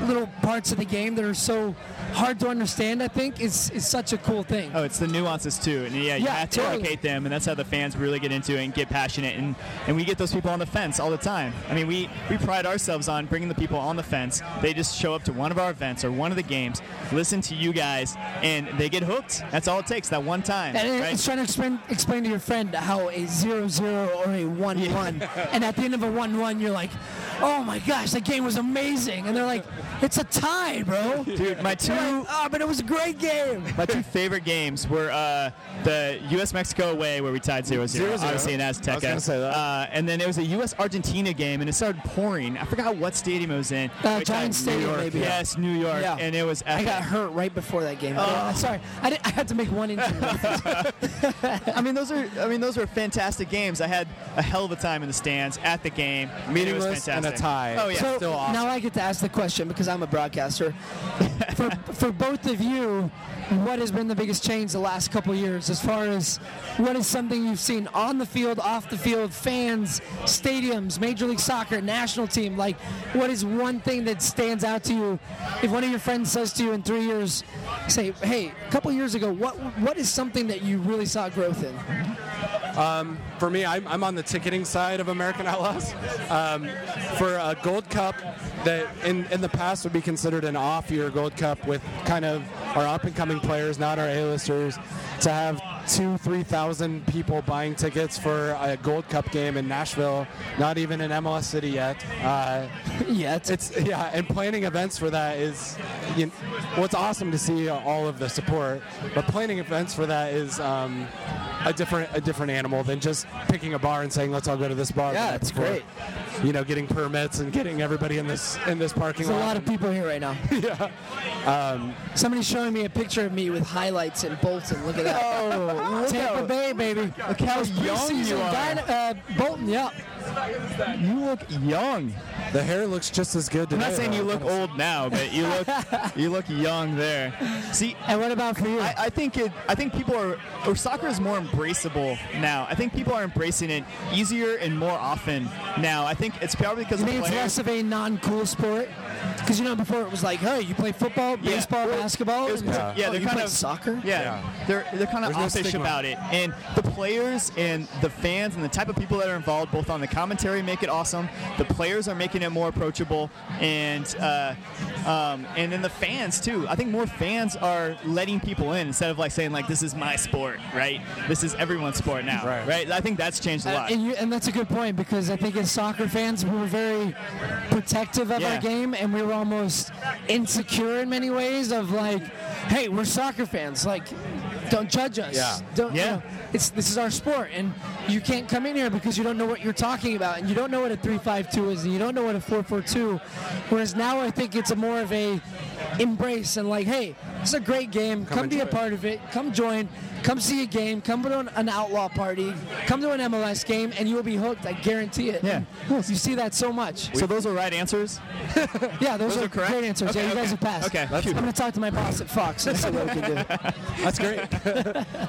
little parts of the game that are so hard to understand, I think, is, is such a cool thing.
Oh, it's the nuances too, and yeah, you
Yeah,
have to
totally.
educate them, and that's how the fans really get into it and get passionate, and, and we get those people on the fence all the time. I mean, we we pride ourselves on bringing the people on the fence. They just show up to one of our events or one of the games, listen to you guys, and they get hooked. That's all it takes. That one time,
And it-
right?
it's trying to explain, explain to your friend how a 0-0 or a 1-1, and at the end of a 1-1, you're like, oh my gosh, that game was amazing. And they're like, it's a tie, bro.
Dude, my
They're
two
like, oh, but it was a great game.
My two favorite games were uh, the U.S. Mexico away where we tied 0 0,
Zero-zero.
obviously in
I was
Azteca.
gonna say that.
Uh, and then it was a U.S. Argentina game, and it started pouring. I forgot what stadium it was in.
Uh,
But,
Giant Stadium, maybe.
Yes, New York.
Yeah.
And it was
I
epic.
got hurt right before that game. Yeah, Oh, sorry, I, did, I had to make one injury.
I mean, those are I mean those were fantastic games. I had a hell of a time in the stands at the game. It was
Meaningless
fantastic.
and a tie.
Oh yeah,
so
still awesome.
now I get to ask the question because I'm a broadcaster. for, for both of you, what has been the biggest change the last couple of years as far as what is something you've seen on the field, off the field, fans, stadiums, Major League Soccer, national team? Like, what is one thing that stands out to you? If one of your friends says to you in three years, say, "Hey, a couple of years ago, what what is something that you really saw growth in?"
Um, for me, I'm, I'm on the ticketing side of American Outlaws. Um, for a Gold Cup that in, in the past would be considered an off year Gold Cup with kind of our up and coming players, not our A-listers, to have two, 3,000 people buying tickets for a Gold Cup game in Nashville, not even in MLS City yet. Uh,
yet.
It's, yeah, and planning events for that is you know, what's awesome to see all of the support, but planning events for that is. Um, a different a different animal than just picking a bar and saying let's all go to this bar. the
Yeah,
night
it's
before.
great.
You know, getting permits and getting everybody in this in this parking
There's a
lot.
lot of people here right now.
yeah. Um,
Somebody's showing me a picture of me with highlights in Bolton. Look at that.
Oh, look
Tampa
how-
Bay, baby.
look how young
Preseason
you
dyna- uh,
are.
Bolton, yeah.
You look young.
the hair looks just as good.
I'm
Today,
not saying you
though.
look old now, but you look you look young there. See,
And what about for you?
I, I think it. I think people are. Or soccer is more embraceable now. I think people are embracing it easier and more often now. I think it's probably because
you
of
think it's
players.
less of a non-cool sport? Because you know before it was like, hey, you play football,
Yeah.
baseball,
Well,
basketball.
It was-
and it's
yeah,
like, oh,
they're
you
kind
play
of
soccer.
Yeah, they're they're kind of
There's no
offish
stigma.
about it, and the players and the fans and the type of people that are involved, both on the commentary, make it awesome. The players are making it more approachable, and uh, um, and then the fans too. I think more fans are letting people in instead of like saying like this is my sport, right? This is everyone's sport now, right?
Right.
I think that's changed a
Uh,
lot.
and, you, and that's a good point because I think as soccer fans, we were very protective of
Yeah.
our game and we were almost insecure in many ways of like, hey, we're soccer fans. Like, don't judge us.
Yeah.
Don't, you
Yeah.
know, it's, this is our sport and you can't come in here because you don't know what you're talking about and you don't know what a 352 is and you don't know what a 442. Whereas now I think it's a more of a embrace and like, hey, this is a great game. Come, be a
enjoy it.
part of it. Come join. Come see a game. Come to an, an outlaw party. Come to an MLS game, and you will be hooked. I guarantee it.
Yeah.
you see that so much.
so those are right answers.
yeah, those,
Those
are,
are correct?
great answers. yeah,
Okay,
you guys
okay.
have passed.
Okay.
I'm
That's-
gonna talk to my boss at Fox and see what we can do.
That's great.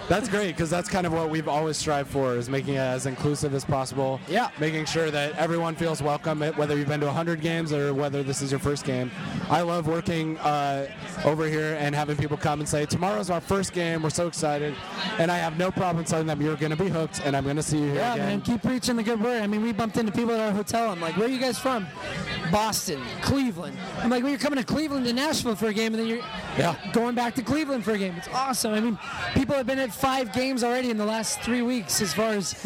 that's great because that's kind of what we've always strived for is making it as inclusive as possible.
Yeah.
Making sure that everyone feels welcome, eh, whether you've been to 100 games or whether this is your first game. I love working uh, over here and having people come and say, tomorrow's our first game. We're so excited. And I have no problem telling them you're going to be hooked and I'm going to see you here
Yeah,
again.
man, keep preaching the good word. I mean, we bumped into people at our hotel. I'm like, where are you guys from? Boston, Cleveland. I'm like, well, you're coming to Cleveland to Nashville for a game, and then you're
Yeah.
going back to Cleveland for a game. It's awesome. I mean, people have been at five games already in the last three weeks, as far as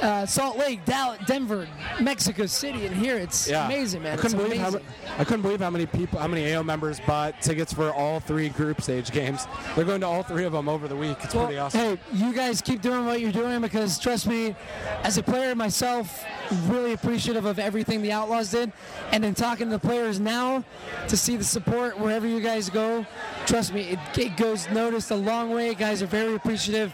uh, Salt Lake, Dallas, Denver, Mexico City, and here. It's
Yeah.
amazing, man.
I couldn't,
it's
believe how,
amazing.
mu- I couldn't believe how many people, how many AO members bought tickets for all three group stage games. They're going to all three of them over the week. It's pretty
Well,
awesome.
Hey, you guys keep doing what you're doing because trust me, as a player myself, really appreciative of everything the Outlaws did, and then talking to the players now to see the support wherever you guys go. Trust me, it, it goes noticed a long way. Guys are very appreciative.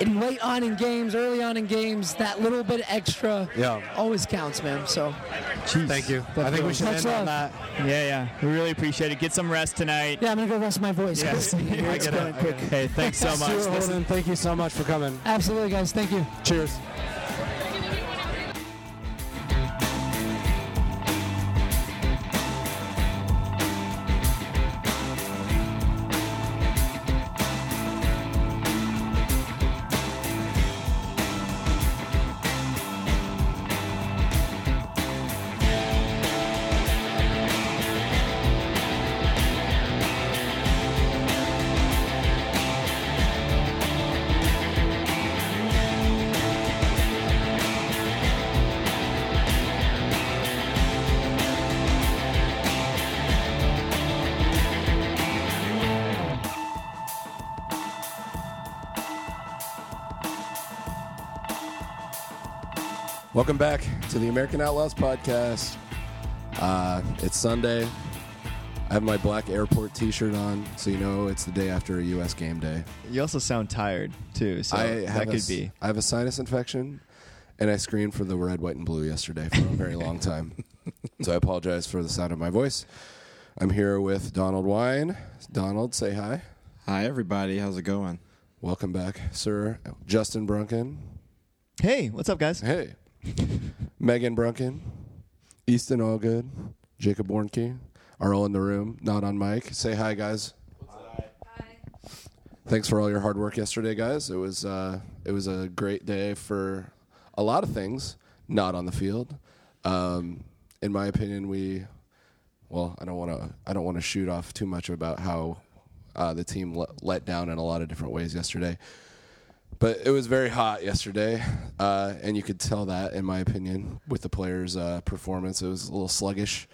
And late on in games, early on in games, that little bit extra
Yeah.
always counts, man. So
Thank you. I think we should
Much
end
love.
on that.
Yeah, yeah, we really appreciate it. Get some rest tonight.
yeah, I'm gonna go rest my voice.
Yeah.
It's going quick.
Hey, thanks so much.
Stuart
This is-
Holden, thank you so much for coming.
Absolutely, guys. Thank you.
Cheers.
Welcome back to the American Outlaws podcast. Uh, it's Sunday. I have my black airport T-shirt on, so you know it's the day after a U.S. game day.
You also sound tired too, so
I have
that
a
could
s-
be.
I have a sinus infection, and I screamed for the red, white, and blue yesterday for a very long time. so I apologize for the sound of my voice. I'm here with Donald Wine. Donald, say hi.
Hi, everybody. How's it going?
Welcome back, sir. Justin Brunken.
Hey, what's up, guys?
Hey. Megan Brunken. Easton Allgood. Jacob Warnke are all in the room, not on mic. Say hi, guys. Thanks for all your hard work yesterday, guys. It was uh, it was a great day for a lot of things, not on the field. Um, in my opinion, we well, I don't want to I don't want to shoot off too much about how uh, the team le- let down in a lot of different ways yesterday. But it was very hot yesterday, uh, and you could tell that, in my opinion, with the players' uh, performance. It was a little sluggish,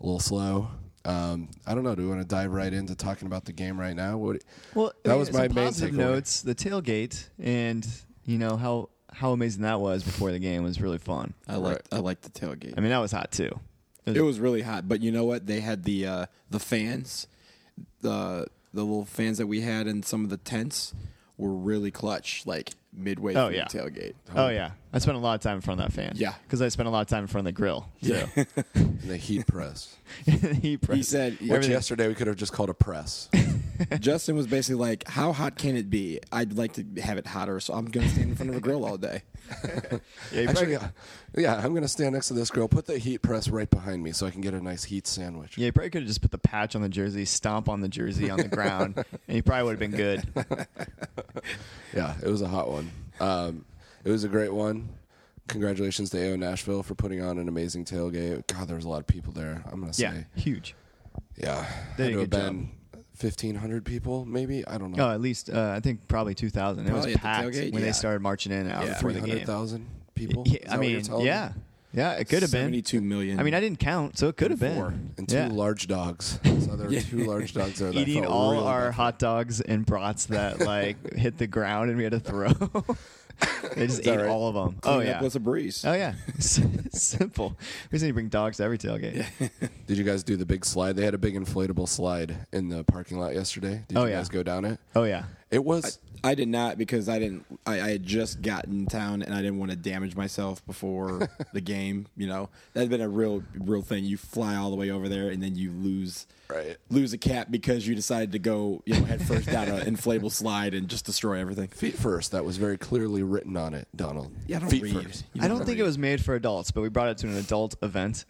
a little slow. Um, I don't know. Do we want to dive right into talking about the game right now? What,
Well, I
that
mean,
was
some
my main
positive
takeaway.
notes. The tailgate and you know how how amazing that was before the game was really fun.
I like I like the tailgate.
I mean, that was hot too.
it was really hot, but you know what? They had the uh, the fans, the the little fans that we had in some of the tents were really clutch. Like midway
Oh,
through
yeah.
the tailgate.
Oh yeah, I spent a lot of time in front of that fan.
Yeah.
because I spent a lot of time in front of the grill. Yeah,
And the heat press.
he,
He
pressed-
said,
Which yesterday we could have just called a press.
Justin was basically like, "How hot can it be? I'd like to have it hotter, so I'm gonna stand in front of a grill all day."
yeah, he
Actually,
probably-
yeah, yeah, I'm gonna stand next to this girl. Put the heat press right behind me so I can get a nice heat sandwich.
Yeah, he probably could have just put the patch on the jersey, stomp on the jersey on the ground, and he probably would have been good.
Yeah, it was a hot one. Um, it was a great one. Congratulations to AO Nashville for putting on an amazing tailgate. God, there was a lot of people there. I'm gonna
Yeah,
say,
huge.
yeah,
They did
had to
a good
have been 1,500 people, maybe. I don't
Oh,
know.
at least uh, I think probably two thousand. It was
Probably at the
packed
tailgate,
when
yeah.
they started marching in out
Yeah.
before the game.
300,000 people.
Yeah,
Is that
I
what you're
mean,
telling me?
yeah, yeah, it could have been.
seventy-two million.
I mean, I didn't count, so it could have
Four.
been.
And two
yeah.
large dogs. So there were
Yeah.
two large dogs there. that I
Eating
felt
all
really
our
bad for.
hot dogs and brats that like hit the ground and we had to throw. they just ate
right?
all of them.
Cleanup
oh yeah.
was a breeze.
Oh yeah. Simple. We just need to bring dogs to every tailgate.
Did you guys do the big slide? They had a big inflatable slide in the parking lot yesterday. Did
Oh,
you
yeah.
guys go down it?
Oh yeah.
It was
I did not because I didn't. I, I had just gotten in town and I didn't want to damage myself before the game. You know, that'd been a real, real thing. You fly all the way over there and then you lose,
Right.
Lose a cap because you decided to go, you know, head first down an inflatable slide and just destroy everything.
feet first. That was very clearly written on it, Donald.
Yeah, I don't
feet
read.
first.
You
I don't think
read.
it was made for adults, but we brought it to an adult event.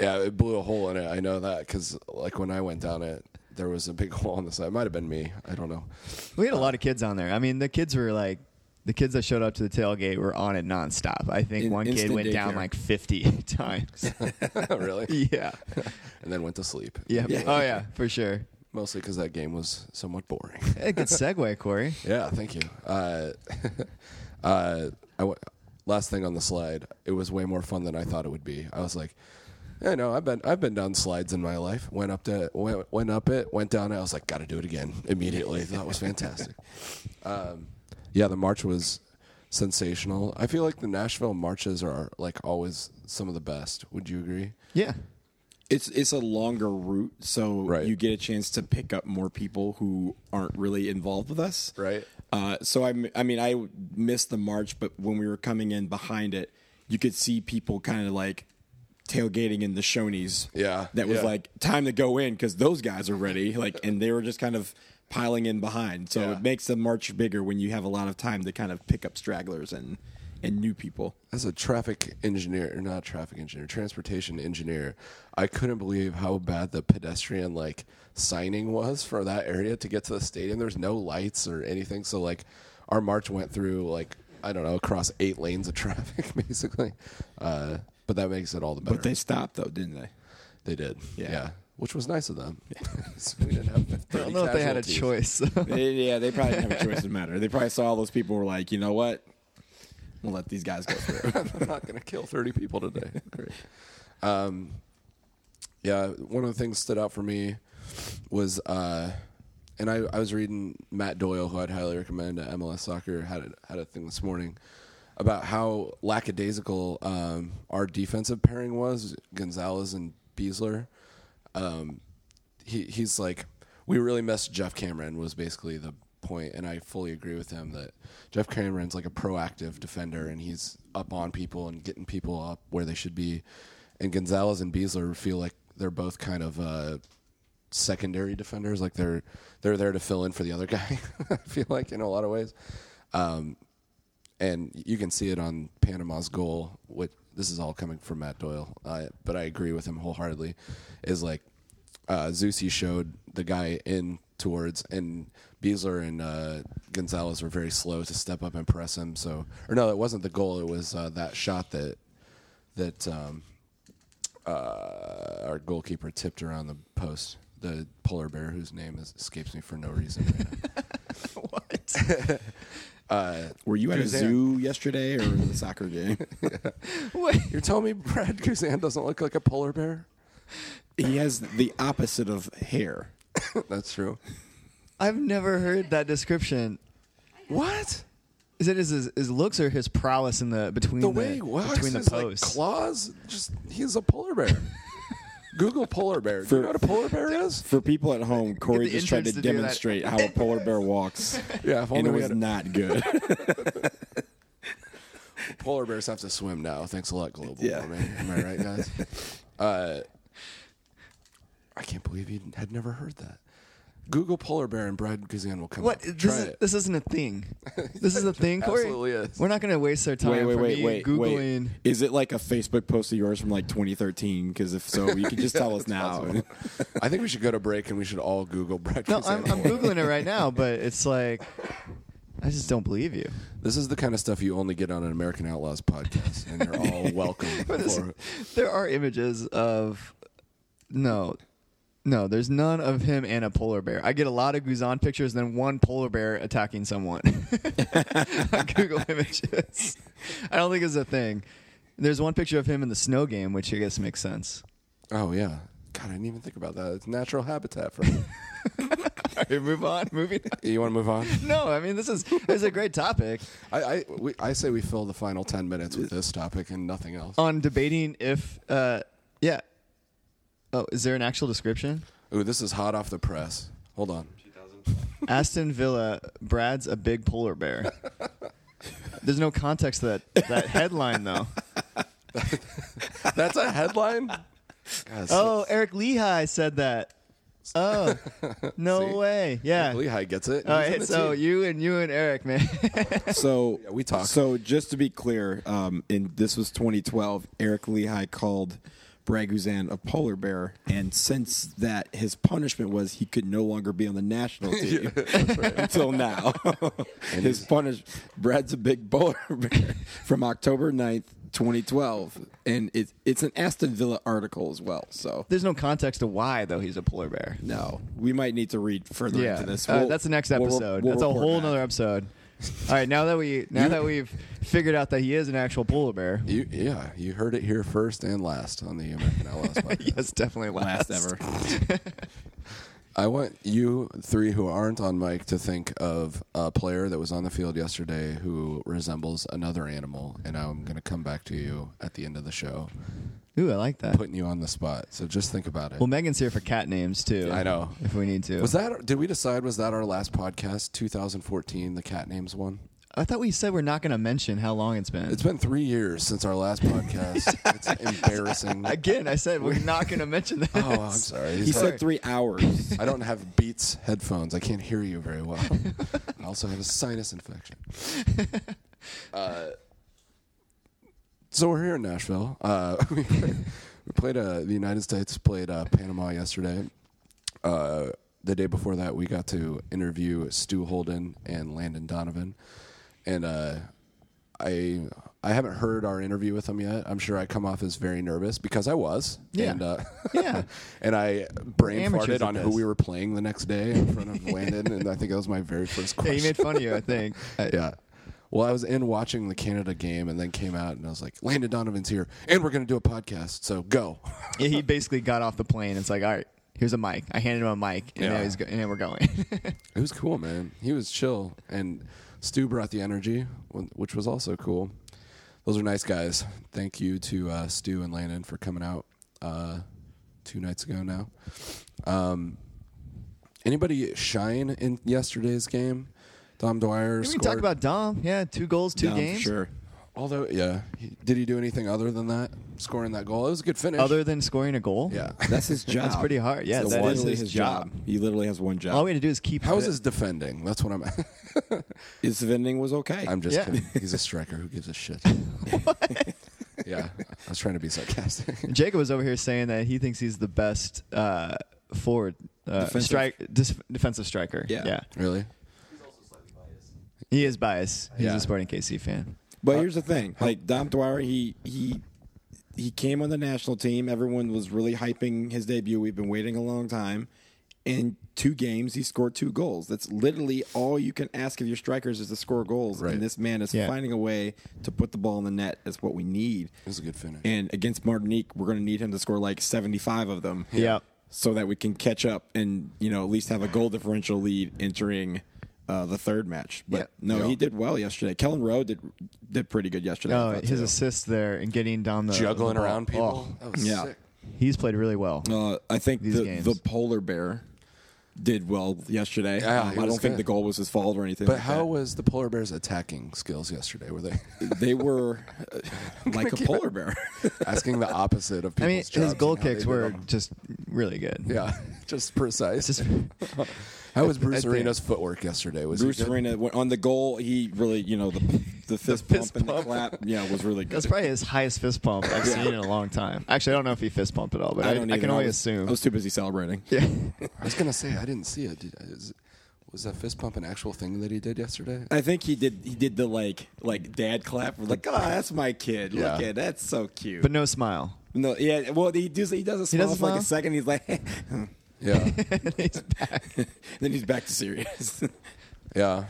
Yeah, it blew a hole in it. I know that because like when I went down it, there was a big hole on the side. It might have been me. I don't know.
we had a lot of kids on there. I mean, the kids were like, the kids that showed up to the tailgate were on it nonstop. I think
In-
one kid
instant
went down
daycare.
like 50 times.
Oh, really?
yeah.
And then went to sleep.
Yeah. Oh yeah, for sure.
Mostly because that game was somewhat boring.
Hey, good segue, Corey.
yeah, thank you. Uh, uh, I w- last thing on the slide, it was way more fun than I thought it would be. I was like, yeah, no, I've been I've been down slides in my life. Went up to went, went up it, went down it. I was like, got to do it again immediately. that was fantastic. Um, yeah, the march was sensational. I feel like the Nashville marches are like always some of the best. Would you agree?
Yeah.
It's it's a longer route, so
Right.
you get a chance to pick up more people who aren't really involved with us.
Right.
Uh, so I, m- I mean, I missed the march, but when we were coming in behind it, you could see people kind of like tailgating in the Shoney's.
Yeah,
That was
yeah.
like time to go in because those guys are ready. Like, and they were just kind of piling in behind. So
Yeah.
it makes the march bigger when you have a lot of time to kind of pick up stragglers and and new people.
as a traffic engineer or not traffic engineer transportation engineer i couldn't believe how bad the pedestrian like signing was for that area to get to the stadium there's no lights or anything so like our march went through like i don't know across eight lanes of traffic basically uh, but that makes it all the better
But they stopped though, didn't they?
They did yeah.
Yeah.
which was nice of them So we didn't have
I don't know if they had a choice.
They- yeah, they probably didn't have a choice in the matter. They probably saw all those people were like, you know what? We'll let these guys go through.
I'm not going to kill 30 people today. Great. Um, yeah, one of the things stood out for me was, uh, and I, I was reading Matt Doyle, who I'd highly recommend at MLS Soccer, had a, had a thing this morning about how lackadaisical um, our defensive pairing was Gonzalez and Beasler. Um, he, he's like, we really missed Jeff Cameron was basically the point, and I fully agree with him that Jeff Cameron's like a proactive defender, and he's up on people and getting people up where they should be, and Gonzalez and Beasler feel like they're both kind of uh, secondary defenders. Like they're they're there to fill in for the other guy. I feel like in a lot of ways, um, and you can see it on Panama's goal. Which this is all coming from Matt Doyle, uh, but I agree with him wholeheartedly. Is like uh, Zusi showed the guy in towards, and Beasler and uh, Gonzalez were very slow to step up and press him. So, or no, it wasn't the goal. It was uh, that shot that that um, uh, our goalkeeper tipped around the post. The polar bear, whose name is, escapes me for no reason. Right now.
Were you at a zoo yesterday or the soccer game?
You're telling me Brad Guzan doesn't look like a polar bear?
he has the opposite of hair.
That's true.
I've never heard that description.
What?
Is it his, his, his looks or his prowess in the between
The
the,
way he walks,
between the
his, like,
posts?
claws, just he's a polar bear. Google polar bear. Do you
For-
know what a polar bear is?
For people at home, Corey
the
just tried to,
interns to do that.
demonstrate how a polar bear walks,
Yeah, if
and
only
it
we
was
had a-
not good.
polar bears have to swim now. Thanks a lot, global
Yeah.
warming. Am I right, guys? uh, I can't believe you had never heard that. Google polar bear and Brad Guzan will come.
What?
up.
This,
Try
is,
it.
this isn't a thing. This is a thing, Corey.
Absolutely is.
We're not going to waste our time
wait, wait,
from
wait,
you
wait,
googling.
wait. Is it like a Facebook post of yours from like 2013? Because if so, you can just tell us now.
I think we should go to break and we should all Google Brad
No,
Guzan.
I'm, I'm
polar bear.
googling it right now, but it's like I just don't believe you.
This is the kind of stuff you only get on an American Outlaws podcast, and you're all welcome.
But this-
for it.
there are images of no, no. There's none of him and a polar bear. I get a lot of Guzan pictures, then one polar bear attacking someone. on Google images. I don't think it's a thing. There's one picture of him in the snow game, which I guess makes sense.
Oh yeah, God, I didn't even think about that. It's natural habitat for. Him.
All right, move on. Moving. on.
you want to move on?
No, I mean this is this is a great topic
I I, we, I say we fill the final ten minutes with this topic and nothing else.
on debating if uh yeah. Oh, is there an actual description?
Ooh, this is hot off the press. Hold on.
Aston Villa, Brad's a big polar bear. There's no context to that that headline though.
That's a headline. God, so-
Oh, Eric Lehigh said that. Oh, no
See?
way. Yeah.
Lehigh gets it.
All
He's in
right,
the
so
team.
you and you and Eric, man.
So
Yeah, we talk.
So just to be clear, um, in this was 2012. Eric Lehigh called Braguzan a polar bear, and since that, his punishment was he could no longer be on the national team until now. his punish Brad's a big polar bear from October 9th, 2012, and it, it's an Aston Villa article as well. So
There's no context to why though he's a polar bear.
no, we might need to read further
Yeah,
into this.
Uh,
We'll-
that's the next
we'll re-
episode.
we'll
that's a
report
whole
back.
nother episode. All right, now that we now
You-
that we've figured out that he is an actual polar bear,
You, yeah, you heard it here first and last on the American Outlaws podcast.
yes, definitely last,
last ever.
I want you three who aren't on mic to think of a player that was on the field yesterday who resembles another animal, and I'm going to come back to you at the end of the show,
Ooh, I like that.
putting you on the spot. So just think about it.
Well, Megan's here for cat names too.
I know.
if we need to.
Was that? Did we decide? Was that our last podcast, 2014, the cat names one?
I thought we said we're not going to mention how long it's been.
It's been three years since our last podcast. it's embarrassing.
Again, I said we're not going to mention that.
oh, I'm sorry.
He said three hours.
I don't have Beats headphones. I can't hear you very well. I also have a sinus infection. Uh, so we're here in Nashville. Uh, we we played uh, the United States played uh, Panama yesterday. Uh, the day before that, we got to interview Stu Holden and Landon Donovan, and uh, I I haven't heard our interview with them yet. I'm sure I come off as very nervous because I was.
Yeah.
And, uh,
Yeah.
and I brain
Amateurs
farted
at
on who
this.
we were playing the next day in front of Landon, and I think that was my very first
Yeah,
question. Uh,
he made fun of you, I think. I-
Yeah. Well, I was in watching the Canada game and then came out and I was like, Landon Donovan's here and we're going to do a podcast. So go.
yeah, he basically got off the plane. It's like, all right, here's a mic. I handed him a mic, and now
Yeah.
he's go- and we're going.
It was cool, man. He was chill. And Stu brought the energy, wh- which was also cool. Those are nice guys. Thank you to uh, Stu and Landon for coming out uh, two nights ago now. Um, anybody shine in yesterday's game? Dom Dwyer
we
scored.
talk about Dom. Yeah, two goals, two
Dumb,
games.
Sure.
Although, yeah, he, did he do anything other than that? Scoring that goal, it was a good finish.
Other than scoring a goal,
yeah,
That's his job.
That's pretty hard. Yeah,
It's
that is
literally
his job.
He literally has one job.
all we had to do is keep.
how is
fit.
his defending? That's what I'm.
His vending was okay.
I'm just
Yeah.
kidding. He's a striker. Who gives a shit? Yeah, I was trying to be sarcastic.
Jacob was over here saying that he thinks he's the best uh, forward uh,
Defensive.
strike dis- defensive striker.
Yeah.
yeah,
really?
he is biased. He's
Yeah.
a Sporting KC fan.
But here's the thing: like Dom Dwyer, he he he came on the national team. Everyone was really hyping his debut. We've been waiting a long time. In two games, he scored two goals. That's literally all you can ask of your strikers is to score goals.
Right.
And this man is
Yeah.
finding a way to put the ball in the net. Is what we need.
It was a good finish.
And against Martinique, we're going to need him to score like 75 of them.
Yeah.
So that we can catch up and, you know, at least have a goal differential lead entering uh, the third match. But
Yeah.
no,
Yeah.
he did well yesterday. Kellen Rowe did did pretty good yesterday. I
Oh,
thought,
his
too.
assist there and getting down the
Juggling
Uh, the ball.
around people.
Oh,
That was
Yeah.
sick.
he's played really well.
Uh, I think
These
the,
games.
the polar bear did well yesterday.
Yeah,
Um,
he
I
was
don't think
good.
the goal was his fault or anything.
But
like
how
that.
was the polar bear's attacking skills yesterday? Were they
they were uh, like a polar bear?
asking the opposite of
I
people's
mean,
jobs
his
and
goal
how they
kicks
did
were
them?
just really good.
yeah, just precise.
Just-
how was Bruce
think-
Arena's footwork yesterday? Was he
Bruce
good?
Arena went on the goal. He really, you know, the the fist
fist
pump and
pump.
the clap. Yeah, was really good.
That's probably his highest fist pump I've seen in a long time. Actually, I don't know if he fist pumped at all, but I, I,
even-
can only
was-
assume.
I was too busy celebrating.
yeah.
I was gonna say I didn't see it. Did, is, was that fist pump an actual thing that he did yesterday?
I think he did. He did the like, like dad clap. We're like, oh, that's my kid. Look
Yeah.
at that's so cute.
But no smile.
no, yeah. Well, he does. He does a smile
does a
for like a
smile?
second. He's like,
Yeah,
He's back.
then he's back to serious.
yeah.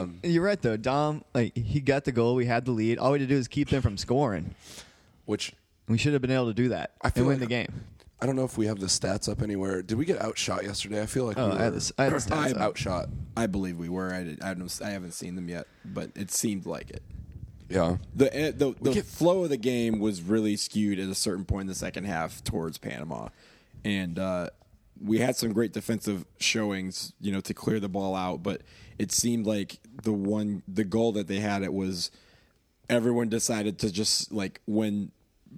I mean, you're right though. Dom, like he got the goal, we had the lead. All we had to do is keep them from scoring.
Which
We should have been able to do that
I feel
and win
like-
the game.
I don't know if we have the stats up anywhere. Did we get outshot yesterday? I feel like
Oh,
we
I had
were
this- I had the stats up.
outshot.
I believe we were. I, did, I don't. I haven't seen them yet, but it seemed like it.
Yeah,
The eh, the, the
get-
flow of the game was really skewed at a certain point in the second half towards Panama, and uh, we had some great defensive showings, you know, to clear the ball out. But it seemed like the one the goal that they had it was everyone decided to just like when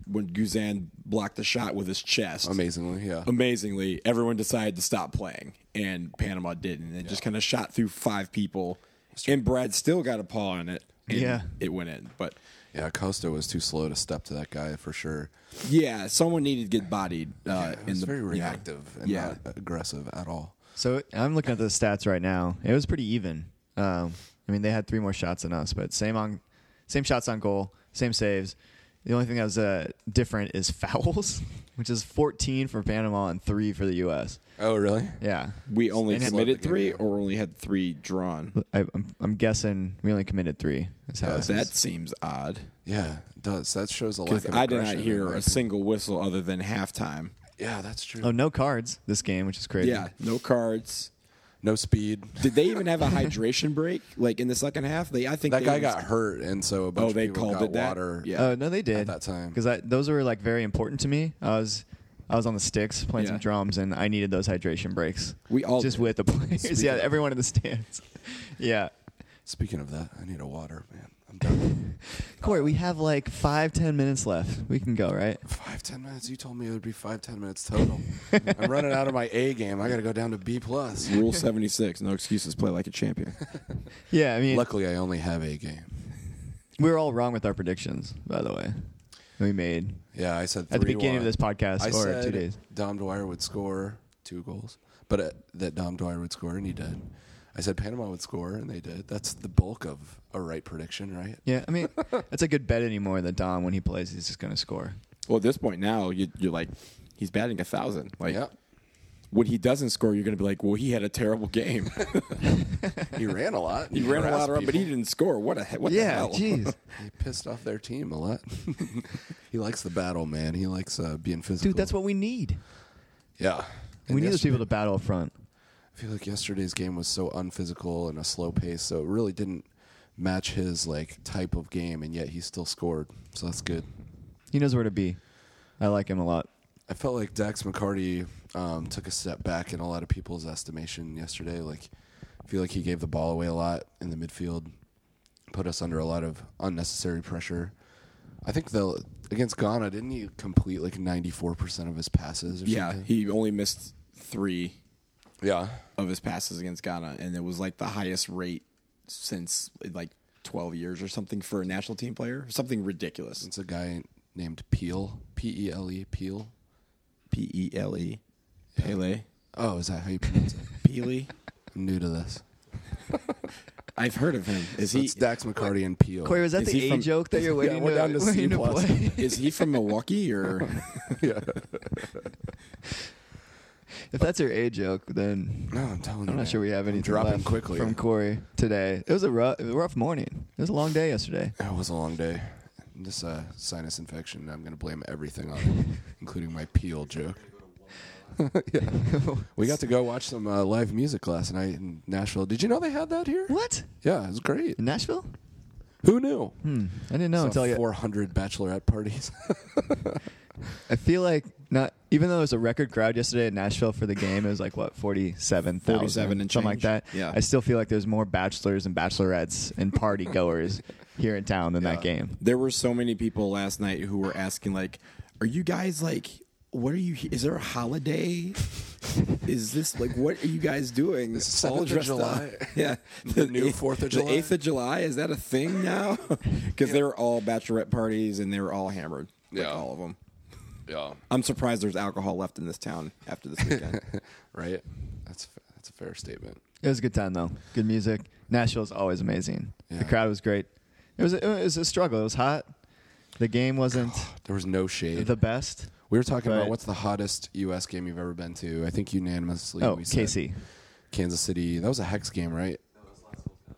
when Guzan blocked the shot with his chest
amazingly. Yeah,
Um, amazingly, everyone decided to stop playing, and Panama didn't. It just kind of shot through five people, and Brad still got a paw on it. and
Yeah.
it went in. But
yeah. Costa was too slow to step to that guy for sure.
yeah, someone needed to get bodied. Uh,
It
in
was
the
very
yeah.
reactive and
Yeah.
not aggressive at all.
So I'm looking at the stats right now. It was pretty even. Um, I mean, they had three more shots than us, but same on, same shots on goal, same saves. The only thing that was uh, different is fouls, which is 14 for Panama and three for the U.S.
Oh, really?
Yeah,
We only
And-
committed
Slowed the
three,
game
or only had three drawn.
I, I'm, I'm guessing we only committed three. That's how
Uh,
it is.
that seems odd
Yeah, it does. That shows a lack
because
of
I did not
aggression in
hear
my
a uh,
opinion.
single whistle other than halftime.
Yeah, that's true.
Oh, no cards this game, which is crazy.
Yeah, no cards.
No speed.
Did they even have a hydration break like in the second half? They I think
That
they
guy
was-
got hurt, and so a bunch
Oh,
of
they
people
called
got
it that?
water.
Yeah.
Oh no, they did
that time.
because those were like very important to me. I was I was on the sticks playing
Yeah.
some drums, and I needed those hydration breaks.
We all
just
did.
with the players. yeah, everyone in the stands. yeah,
Speaking of that, I need a water, man. I'm done.
Corey, we have like five ten minutes left. We can go, right?
five ten minutes. You told me it would be five ten minutes total. I'm running out of my A game. I got to go down to B plus.
Rule seventy six: No excuses. Play like a champion.
Yeah, I mean,
Luckily, I only have A game.
we were all wrong with our predictions, by the way. that We made
Yeah, I said
at the
3-1.
beginning of this podcast
I
or
said
two days.
Dom Dwyer would score two goals, but uh, that Dom Dwyer would score, and he did. I said Panama would score, and they did. That's the bulk of a right prediction, right?
Yeah, I mean, that's a good bet anymore that Dom, when he plays, he's just going to score.
Well, at this point now, you, you're like, he's batting a thousand. Like
Yeah.
when he doesn't score, you're going to be like, well, he had a terrible game.
He ran a lot.
he ran a lot
harassed
around, but he
people.
didn't score. What a what the
yeah,
hell?
jeez.
He pissed off their team a lot. he likes the battle, man. He likes uh, being physical.
Dude, that's what we need.
Yeah.
we need those
yesterday-
people to battle up front.
I feel like yesterday's game was so unphysical and a slow pace, so it really didn't match his like type of game, and yet he still scored. So that's good.
He knows where to be. I like him a lot.
I felt like Dax McCarty um, took a step back in a lot of people's estimation yesterday. Like, I feel like he gave the ball away a lot in the midfield. put us under a lot of unnecessary pressure. I think the against Ghana didn't he complete like ninety four percent of his passes? Or
Yeah,
something?
he only missed three
yeah.
of his passes against Ghana, and it was like the highest rate since like 12 years or something for a national team player. Something ridiculous.
It's a guy named Peel, P E L E Peel.
P E L E. Pele.
Oh, is that how you pronounce it?
Pele.
I'm new to this.
I've heard of him. Is
So
he
it's Dax McCarty and Peel.
Corey, was that
Is
the
he
A
from-
joke that you're waiting
we're
to,
down to C
waiting
plus.
play?
is he from Milwaukee or
if that's your A joke, then
No, I'm telling you.
I'm not sure we have any
dropping
left
quickly.
from Corey today. It was a rough, it was a rough morning. It was a long day yesterday.
It was a long day. This uh, sinus infection, I'm going to blame everything on it, including my Peel joke. Yeah. We got to go watch some uh, live music last night in Nashville. Did you know they had that here?
What?
Yeah, it was great.
In Nashville?
Who knew?
Hmm, I didn't know
Saw
until you.
400 bachelorette parties.
I feel like not even though it was a record crowd yesterday in Nashville for the game, it was like what forty seven thousand,
47 and
something like that.
change. Yeah.
I still feel like there's more bachelors and bachelorettes and party goers here in town than that game.
there were so many people last night who were asking like are you guys like what are you is there a holiday is this like what are you guys doing
This is 7th of July.
yeah
The new 4th of July.
the 8th of july is that a thing now because they were all bachelorette parties and they were all hammered like
Yeah.
all of them
yeah.
i'm surprised there's alcohol left in this town after this weekend
Right? That's, f- that's a fair statement.
It was a good time though. Good music. Nashville's always amazing.
Yeah.
The crowd was great. It was a, it was a struggle. It was hot. The game wasn't
There was no shade.
the best.
we were talking about
but-
what's the hottest U.S. game you've ever been to. I think unanimously
Oh,
we said
KC.
Kansas City. That was a hex game, right?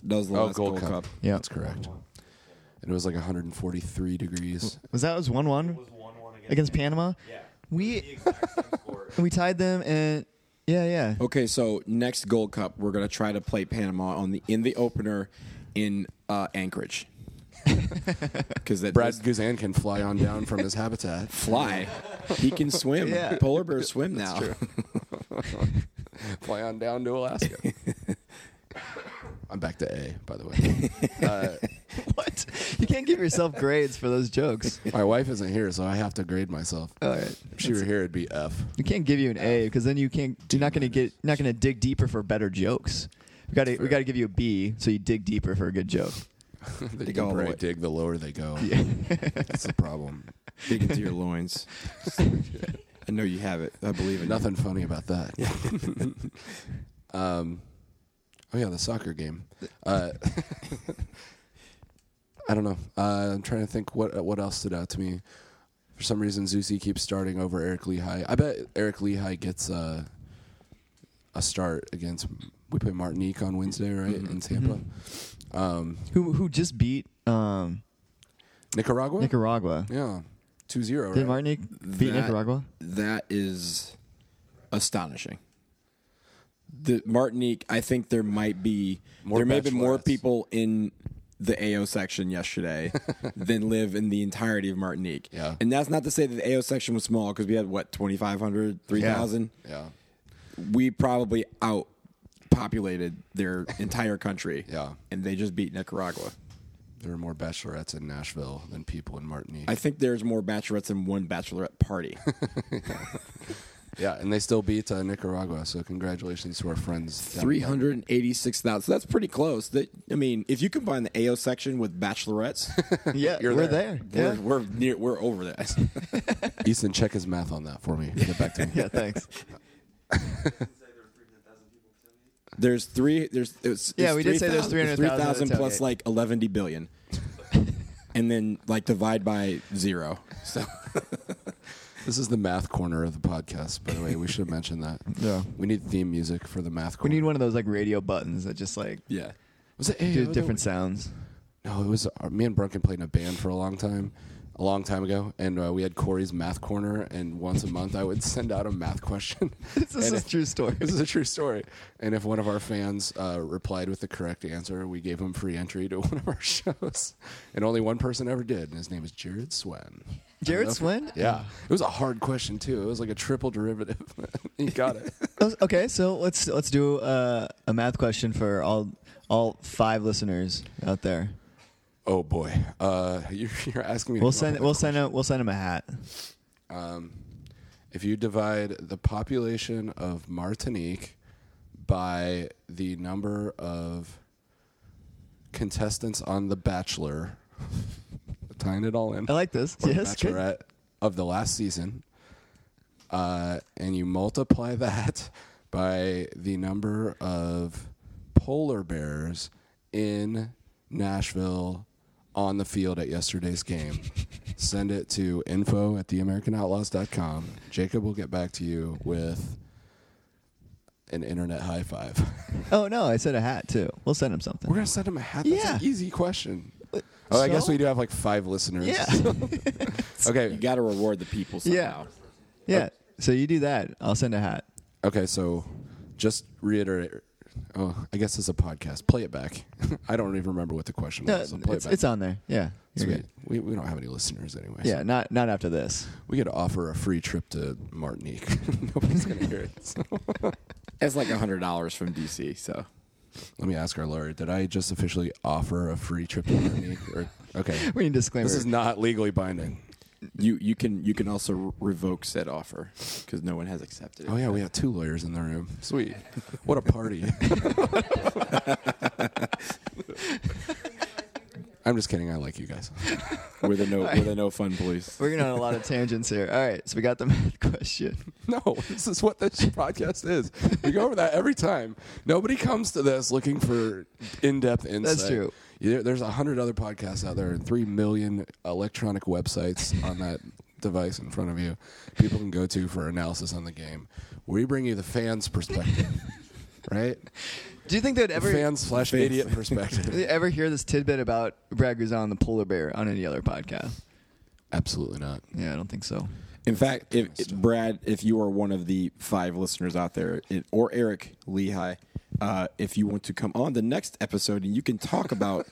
that was the
Oh,
last
Gold
gold,
Cup.
cup,
Yeah.
That's correct. And it was like 143 degrees.
Was that was one one against Panama? Yeah. We we tied them and yeah yeah.
Okay, so next Gold Cup, we're gonna try to play Panama on the in the opener in uh, Anchorage because that
Brad
does
Guzan can fly on down from his habitat.
fly. He can swim.
Yeah.
Polar bears swim now.
fly on down to Alaska. I'm back to A, by the way. Uh,
What? You can't give yourself grades for those jokes.
My wife isn't here, so I have to grade myself.
All right.
If she were here, it'd be F.
You can't give you an A because then you can't. You're not going to get. You're not going to dig deeper for better jokes. We got to. We got to give you a B so you dig deeper for a good joke.
The
Dig all
deeper
the
I
way.
dig, the lower they go. That's the problem.
Dig into your loins. I know you have it. I believe in you.
Nothing funny about that. um, oh yeah, the soccer game. Uh, I don't know. Uh, I'm trying to think what what else stood out to me. For some reason, Zusi keeps starting over Eric Lehigh. I bet Eric Lehigh gets uh, a start against. We play Martinique on Wednesday, right
Mm-hmm.
in Tampa. Um,
Who who just beat um,
Nicaragua.
Nicaragua?
yeah, 2-0, right?
Did Martinique beat
That-
Nicaragua?
That is astonishing. The Martinique, I think there might be
More
there may have been more
bachelorettes.
people in the AO section yesterday than live in the entirety of Martinique.
Yeah.
And that's not to say that the AO section was small because we had what 2500, 3000.
yeah,
We probably outpopulated their entire country.
Yeah.
And they just beat Nicaragua.
there are more bachelorettes in Nashville than people in Martinique.
I think there's more bachelorettes than one bachelorette party.
Yeah, and they still beat uh, Nicaragua. So congratulations to our friends. down
Three hundred and eighty-six thousand. So that's pretty close. That I mean, if you combine the AO section with bachelorettes,
Yeah,
You're
we're
there.
there. Yeah.
we're, we're near, we're over that.
there. Easton, check his math on that for me. Get back to me.
yeah, thanks.
There's three. There's it's,
Yeah,
it's
we did say there's 300,000
3,000 plus
tailgate.
like eleven billion, and then like divide by zero. So
This is the math corner of the podcast. By the way, we should have mentioned that.
Yeah.
we need theme music for the math
We
corner.
need one of those like radio buttons that just like
yeah,
Was it
do
AO?
different sounds.
No, it was uh, me and Brunken played in a band for a long time, a long time ago, and uh, we had Corey's math corner. And once a month, I would send out a math question.
This is
And
a
if-
true story.
This is a true story. And if one of our fans uh, replied with the correct answer, we gave him free entry to one of our shows. And only one person ever did, and his name is Jared Swen.
Jared Swin.
Yeah, it was a hard question too. It was like a triple derivative. he got it.
Oh, Okay, so let's let's do uh, a math question for all all five listeners out there.
Oh boy, uh, you're, you're asking me.
We'll send we'll send him we'll send him a hat.
if you divide the population of Martinique by the number of contestants on The Bachelor, tying it all in.
I like this.
or The
Yes, good.
Bachelorette of the last season, uh, and you multiply that by the number of polar bears in Nashville on the field at yesterday's game. Send it to info at theamericanoutlaws.com. Jacob will get back to you with an internet high five.
Oh no, I said a hat too. We'll send him something.
We're going to send him a hat. That's an
Yeah.
easy question. Oh, I guess
so?
we do have like five listeners.
yeah,
Okay.
You got to reward the people
yeah,
somehow.
yeah. So you do that. I'll send a hat.
Okay, so just reiterate. Oh, I guess it's a podcast. Play it back. I don't even remember what the question
No,
was. So play
Uh, it's,
it back.
it's on there. Yeah, you're
Sweet.
good.
We, we don't have any listeners anyway. so
Yeah, not not after this.
we could offer a free trip to Martinique. Nobody's gonna hear it. so.
It's like hundred dollars from DC. So
Let me ask our lawyer. Did I just officially offer a free trip to Martinique? Or, okay,
We need a disclaimer.
this is not legally binding.
you you can you can also revoke said offer because no one has accepted it.
Oh yeah, we have two lawyers in the room. Sweet. What a party. I'm just kidding. I like you guys.
We're the no we're the no fun police.
We're going on a lot of tangents here. All right, so we got the math question.
No, this is what this podcast is. We go over that every time. Nobody comes to this looking for in-depth insight.
true.
You- There's a hundred other podcasts out there and three million electronic websites on that device in front of you. People can go to for analysis on the game. We bring you the fans' perspective, right?
Do you think they'd ever
fans slash
Fans.
idiot
did they
perspective.
ever hear this tidbit about Brad Guzan the polar bear on any other podcast?
Absolutely not.
Yeah, I don't think so.
In fact, if, if- Brad, if you are one of the five listeners out there, it, or Eric Lehigh, uh, if you want to come on the next episode and you can talk about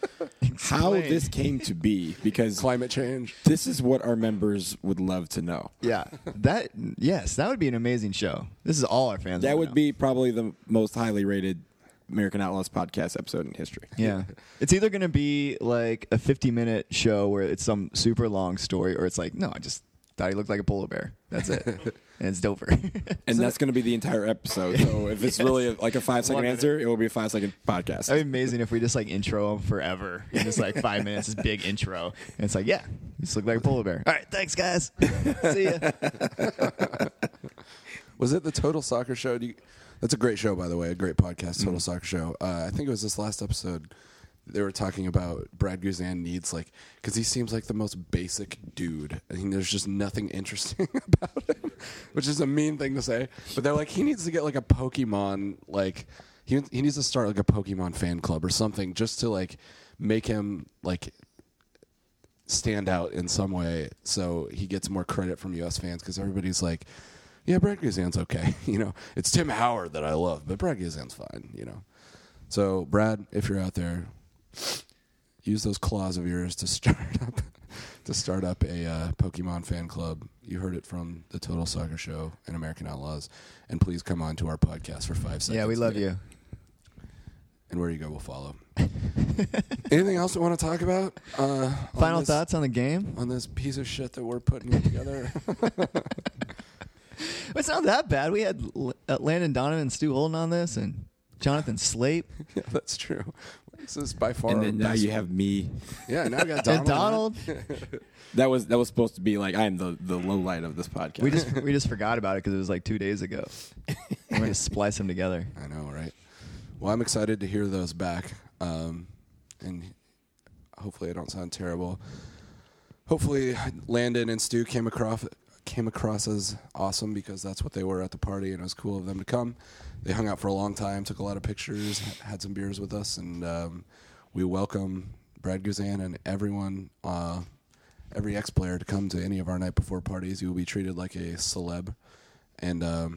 how
Explain.
this came to be, because
Climate change.
this is what our members would love to know.
Yeah, that yes, that would be an amazing show. This is all our fans.
That
wanna
would
know.
be probably the most highly rated American Outlaws podcast episode in history.
Yeah, it's either going to be like a fifty-minute show where it's some super long story, or it's like, no, I just thought he looked like a polar bear. That's it, and it's over.
And that's going to be the entire episode. So if it's really like a five second
One minute.
answer, it will be a five second podcast.
That'd be amazing if we just like intro him forever. And just like five minutes, this big intro. And it's like, yeah, you just look like a polar bear. All right, thanks, guys. See ya.
Was it the Total Soccer Show? Do you, that's a great show, by the way. A great podcast, Total Soccer Show. Uh, I think it was this last episode. They were talking about Brad Guzan needs like because he seems like the most basic dude. I mean, there's just nothing interesting about him, which is a mean thing to say. But they're like, he needs to get like a Pokemon like he he needs to start like a Pokemon fan club or something just to like make him like stand out in some way so he gets more credit from us fans because everybody's like yeah brad guzan's okay you know it's tim howard that i love but brad guzan's fine you know so brad if you're out there use those claws of yours to start up to start up a uh, pokemon fan club you heard it from the total soccer show and american outlaws and please come on to our podcast for five seconds
Yeah, we love you.
and where you go will follow anything else we want to talk about uh, on
Final
this-
thoughts on the game?
on this piece of shit that we're putting together.
It's not that bad. We had L- uh, Landon Donovan and Stu Holden on this and Jonathan Slape
yeah, that's true. This is by far.
and
our
then now
best-
you have me.
yeah, now we got Donald.
and Donald.
That was that was supposed to be like I am the the low light of this podcast.
We just we just forgot about it because it was like two days ago. We're gonna splice them together.
I know, right? Well, I'm excited to hear those back, um, and hopefully I don't sound terrible. Hopefully, Landon and Stu came across came across as awesome because that's what they were at the party, and it was cool of them to come. They hung out for a long time, took a lot of pictures, had some beers with us, and um, we welcome Brad Guzan and everyone, uh, every ex player to come to any of our night before parties. You will be treated like a celeb, and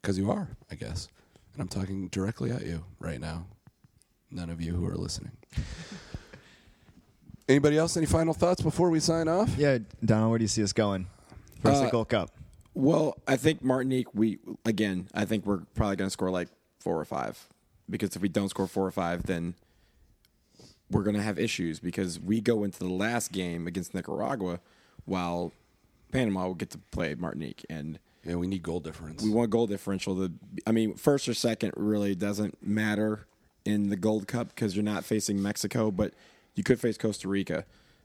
because you are, I guess. And I'm talking directly at you right now. None of you who are listening. Anybody else? Any final thoughts before we sign off?
Yeah, Donald, where do you see us going? First
Uh,
the Gold Cup.
Well, I think Martinique. We again. I think we're probably going to score like four or five because if we don't score four or five, then we're going to have issues because we go into the last game against Nicaragua while Panama will get to play Martinique. And
Yeah, we need goal difference.
we want goal differential to, I mean, first or second really doesn't matter in the Gold Cup because you're not facing Mexico, but you could face Costa Rica.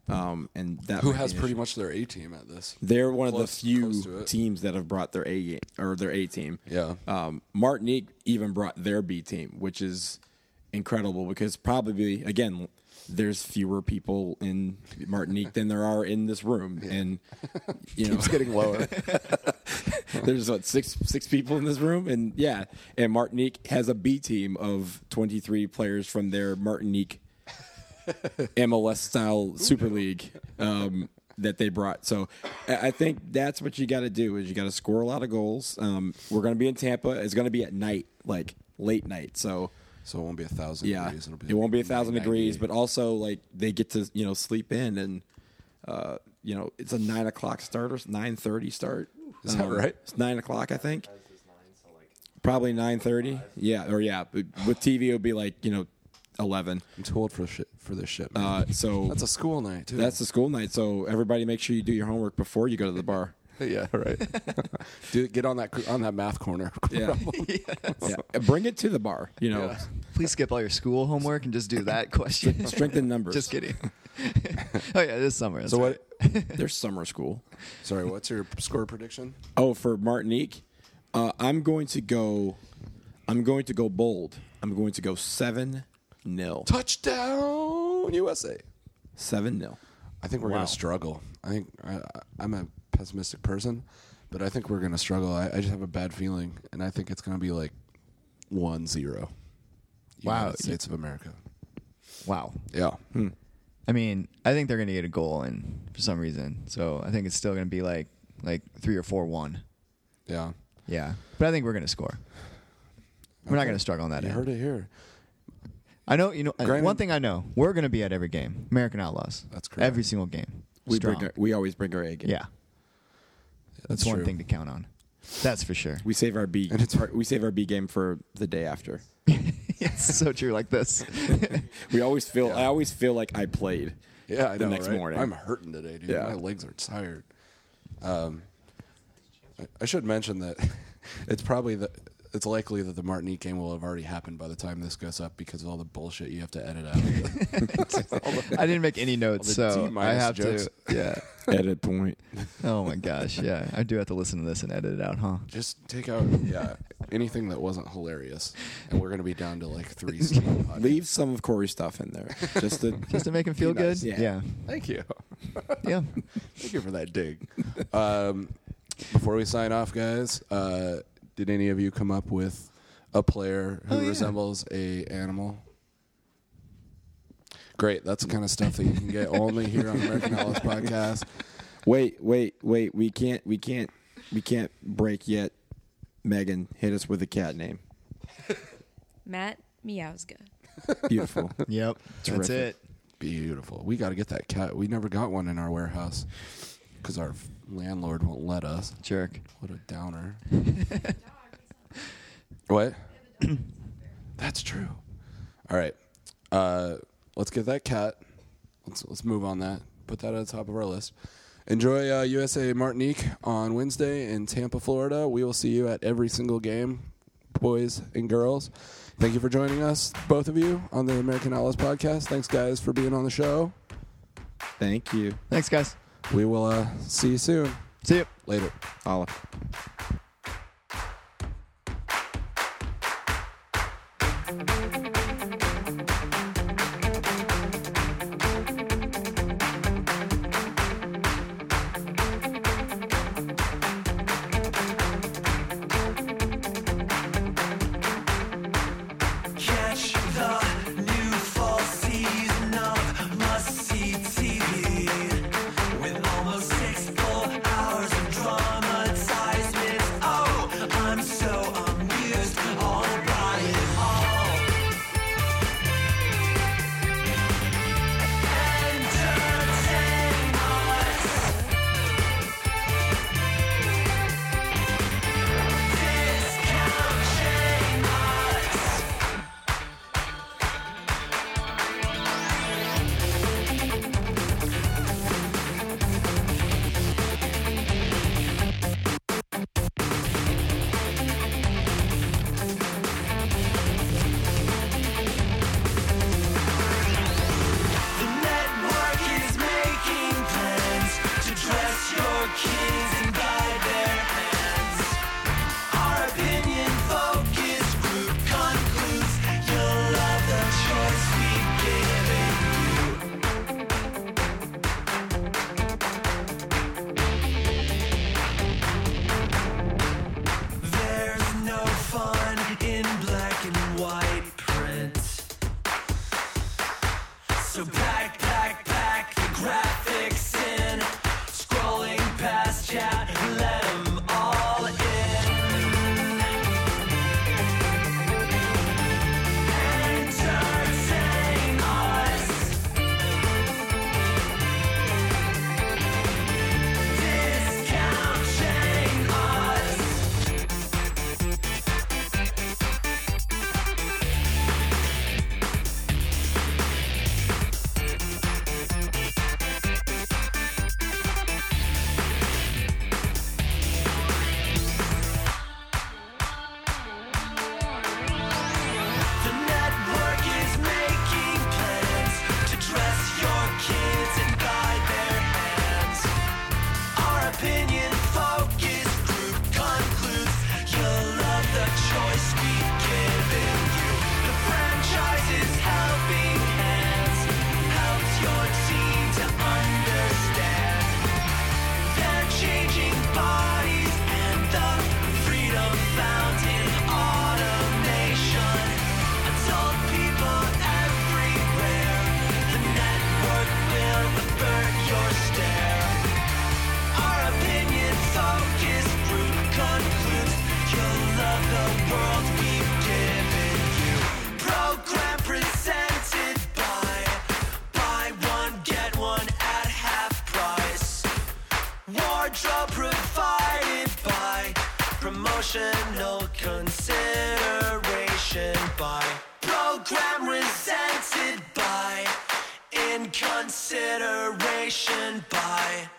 Um, and that
Who
might be
has
an
pretty
issue.
much their A team at this?
They're one of the
Close- close to
few
it.
teams that have brought their A game or their A team.
Yeah.
Um, Martinique even brought their B team, which is incredible because probably again there's fewer people in Martinique than there are in this room, and you know
Keeps getting lower.
there's what six six people in this room, and yeah, and Martinique has a B team of 23 players from their Martinique MLS style Super League um, that they brought. So I I think that's what you got to do is you got to score a lot of goals. Um, we're going to be in Tampa. It's going to be at night, like late night. So
so it won't be a thousand
yeah,
degrees. It'll be
it won't be a thousand
98.
degrees, but also like they get to you know sleep in and. Uh, you know, it's a nine o'clock start or nine thirty start. Um,
Is that right?
It's nine o'clock, I think. Probably nine thirty. Yeah, or yeah, but with TV it would be like you know eleven.
I'm too old for shit for this shit. Man.
Uh, so
that's a school night too.
that's the school night. So everybody, make sure you do your homework before you go to the bar.
yeah, right. Dude, get on that on that math corner.
Yeah. yeah, bring it to the bar. You
oh.
know,
Please skip all your school homework and just do that question.
strengthen numbers.
Just kidding. oh yeah, this summer. that's
So
right.
what?
There's summer school.
Sorry, what's your score prediction?
Oh, for Martinique, uh, I'm going to go. I'm going to go bold. I'm going to go seven nil.
Touchdown USA.
Seven nil.
I think we're going to struggle. I think I, I- I'm a pessimistic person, but I think we're going to struggle. I, I just have a bad feeling, and I think it's going to be like 1 0.
Wow.
United States of America.
Wow.
Yeah.
I mean, I think they're gonna get a goal in for some reason. So I think it's still gonna be like like three or four one.
Yeah.
Yeah, but I think we're gonna score. We're not gonna struggle on that
You
end.
heard it here.
I know. You know,
Graham-
one thing I know, we're gonna be at every game. American Outlaws.
That's correct.
Every single game.
We
Strong.
bring our, we always bring our A game.
yeah, that's, one
true.
thing to count on. That's for sure.
We save our B.
And it's-
our- we save our B game for the day after.
it's so true. Like this.
We always feel. I always feel like I played.
Yeah, I
the
know,
next
right?
morning.
I'm hurting today, dude.
Yeah.
My legs are tired. Um, I, I should mention that it's probably the it's likely that the Martinique game will have already happened by the time this goes up because of all the bullshit you have to edit out.
I didn't make any notes,
All the
so I
D-minus
have
jokes.
to. Yeah.
Edit point.
Oh my gosh. Yeah, I do have to listen to this and edit it out, huh?
Just take out yeah anything that wasn't hilarious, and we're gonna be down to like three. single podcasts.
Leave some of Corey's stuff in there. Just to
Just to make him feel
nice,
good.
yeah.
Thank you,
Yeah. yeah.
thank you for that dig. Um, before we sign off, guys, uh, did any of you come up with a player who
Oh, yeah.
resembles a animal? Great, that's the kind of stuff that you can get only here on American Outlaws podcast.
wait, wait, wait. We can't. We can't. We can't break yet. Megan, hit us with a cat name.
Matt Miazga.
Beautiful.
Yep. That's
Terrific.
it.
Beautiful. We got to get that cat. We never got one in our warehouse because our f- landlord won't let us.
Jerk.
What a downer. what? That's true. All right. Uh, let's get that cat. Let's let's move on that. Put that at the top of our list. Enjoy uh, USA Martinique on Wednesday in Tampa, Florida. We will see you at every single game, boys and girls. Thank you for joining us, both of you, on the American Outlaws podcast. Thanks, guys, for being on the show.
Thank you.
Thanks, guys.
We will uh, see you soon.
See you.
Later.
Olive.
Catch the new fall season of must-see TV with almost six full hours of dramatized missed emotional consideration by program resented by inconsideration by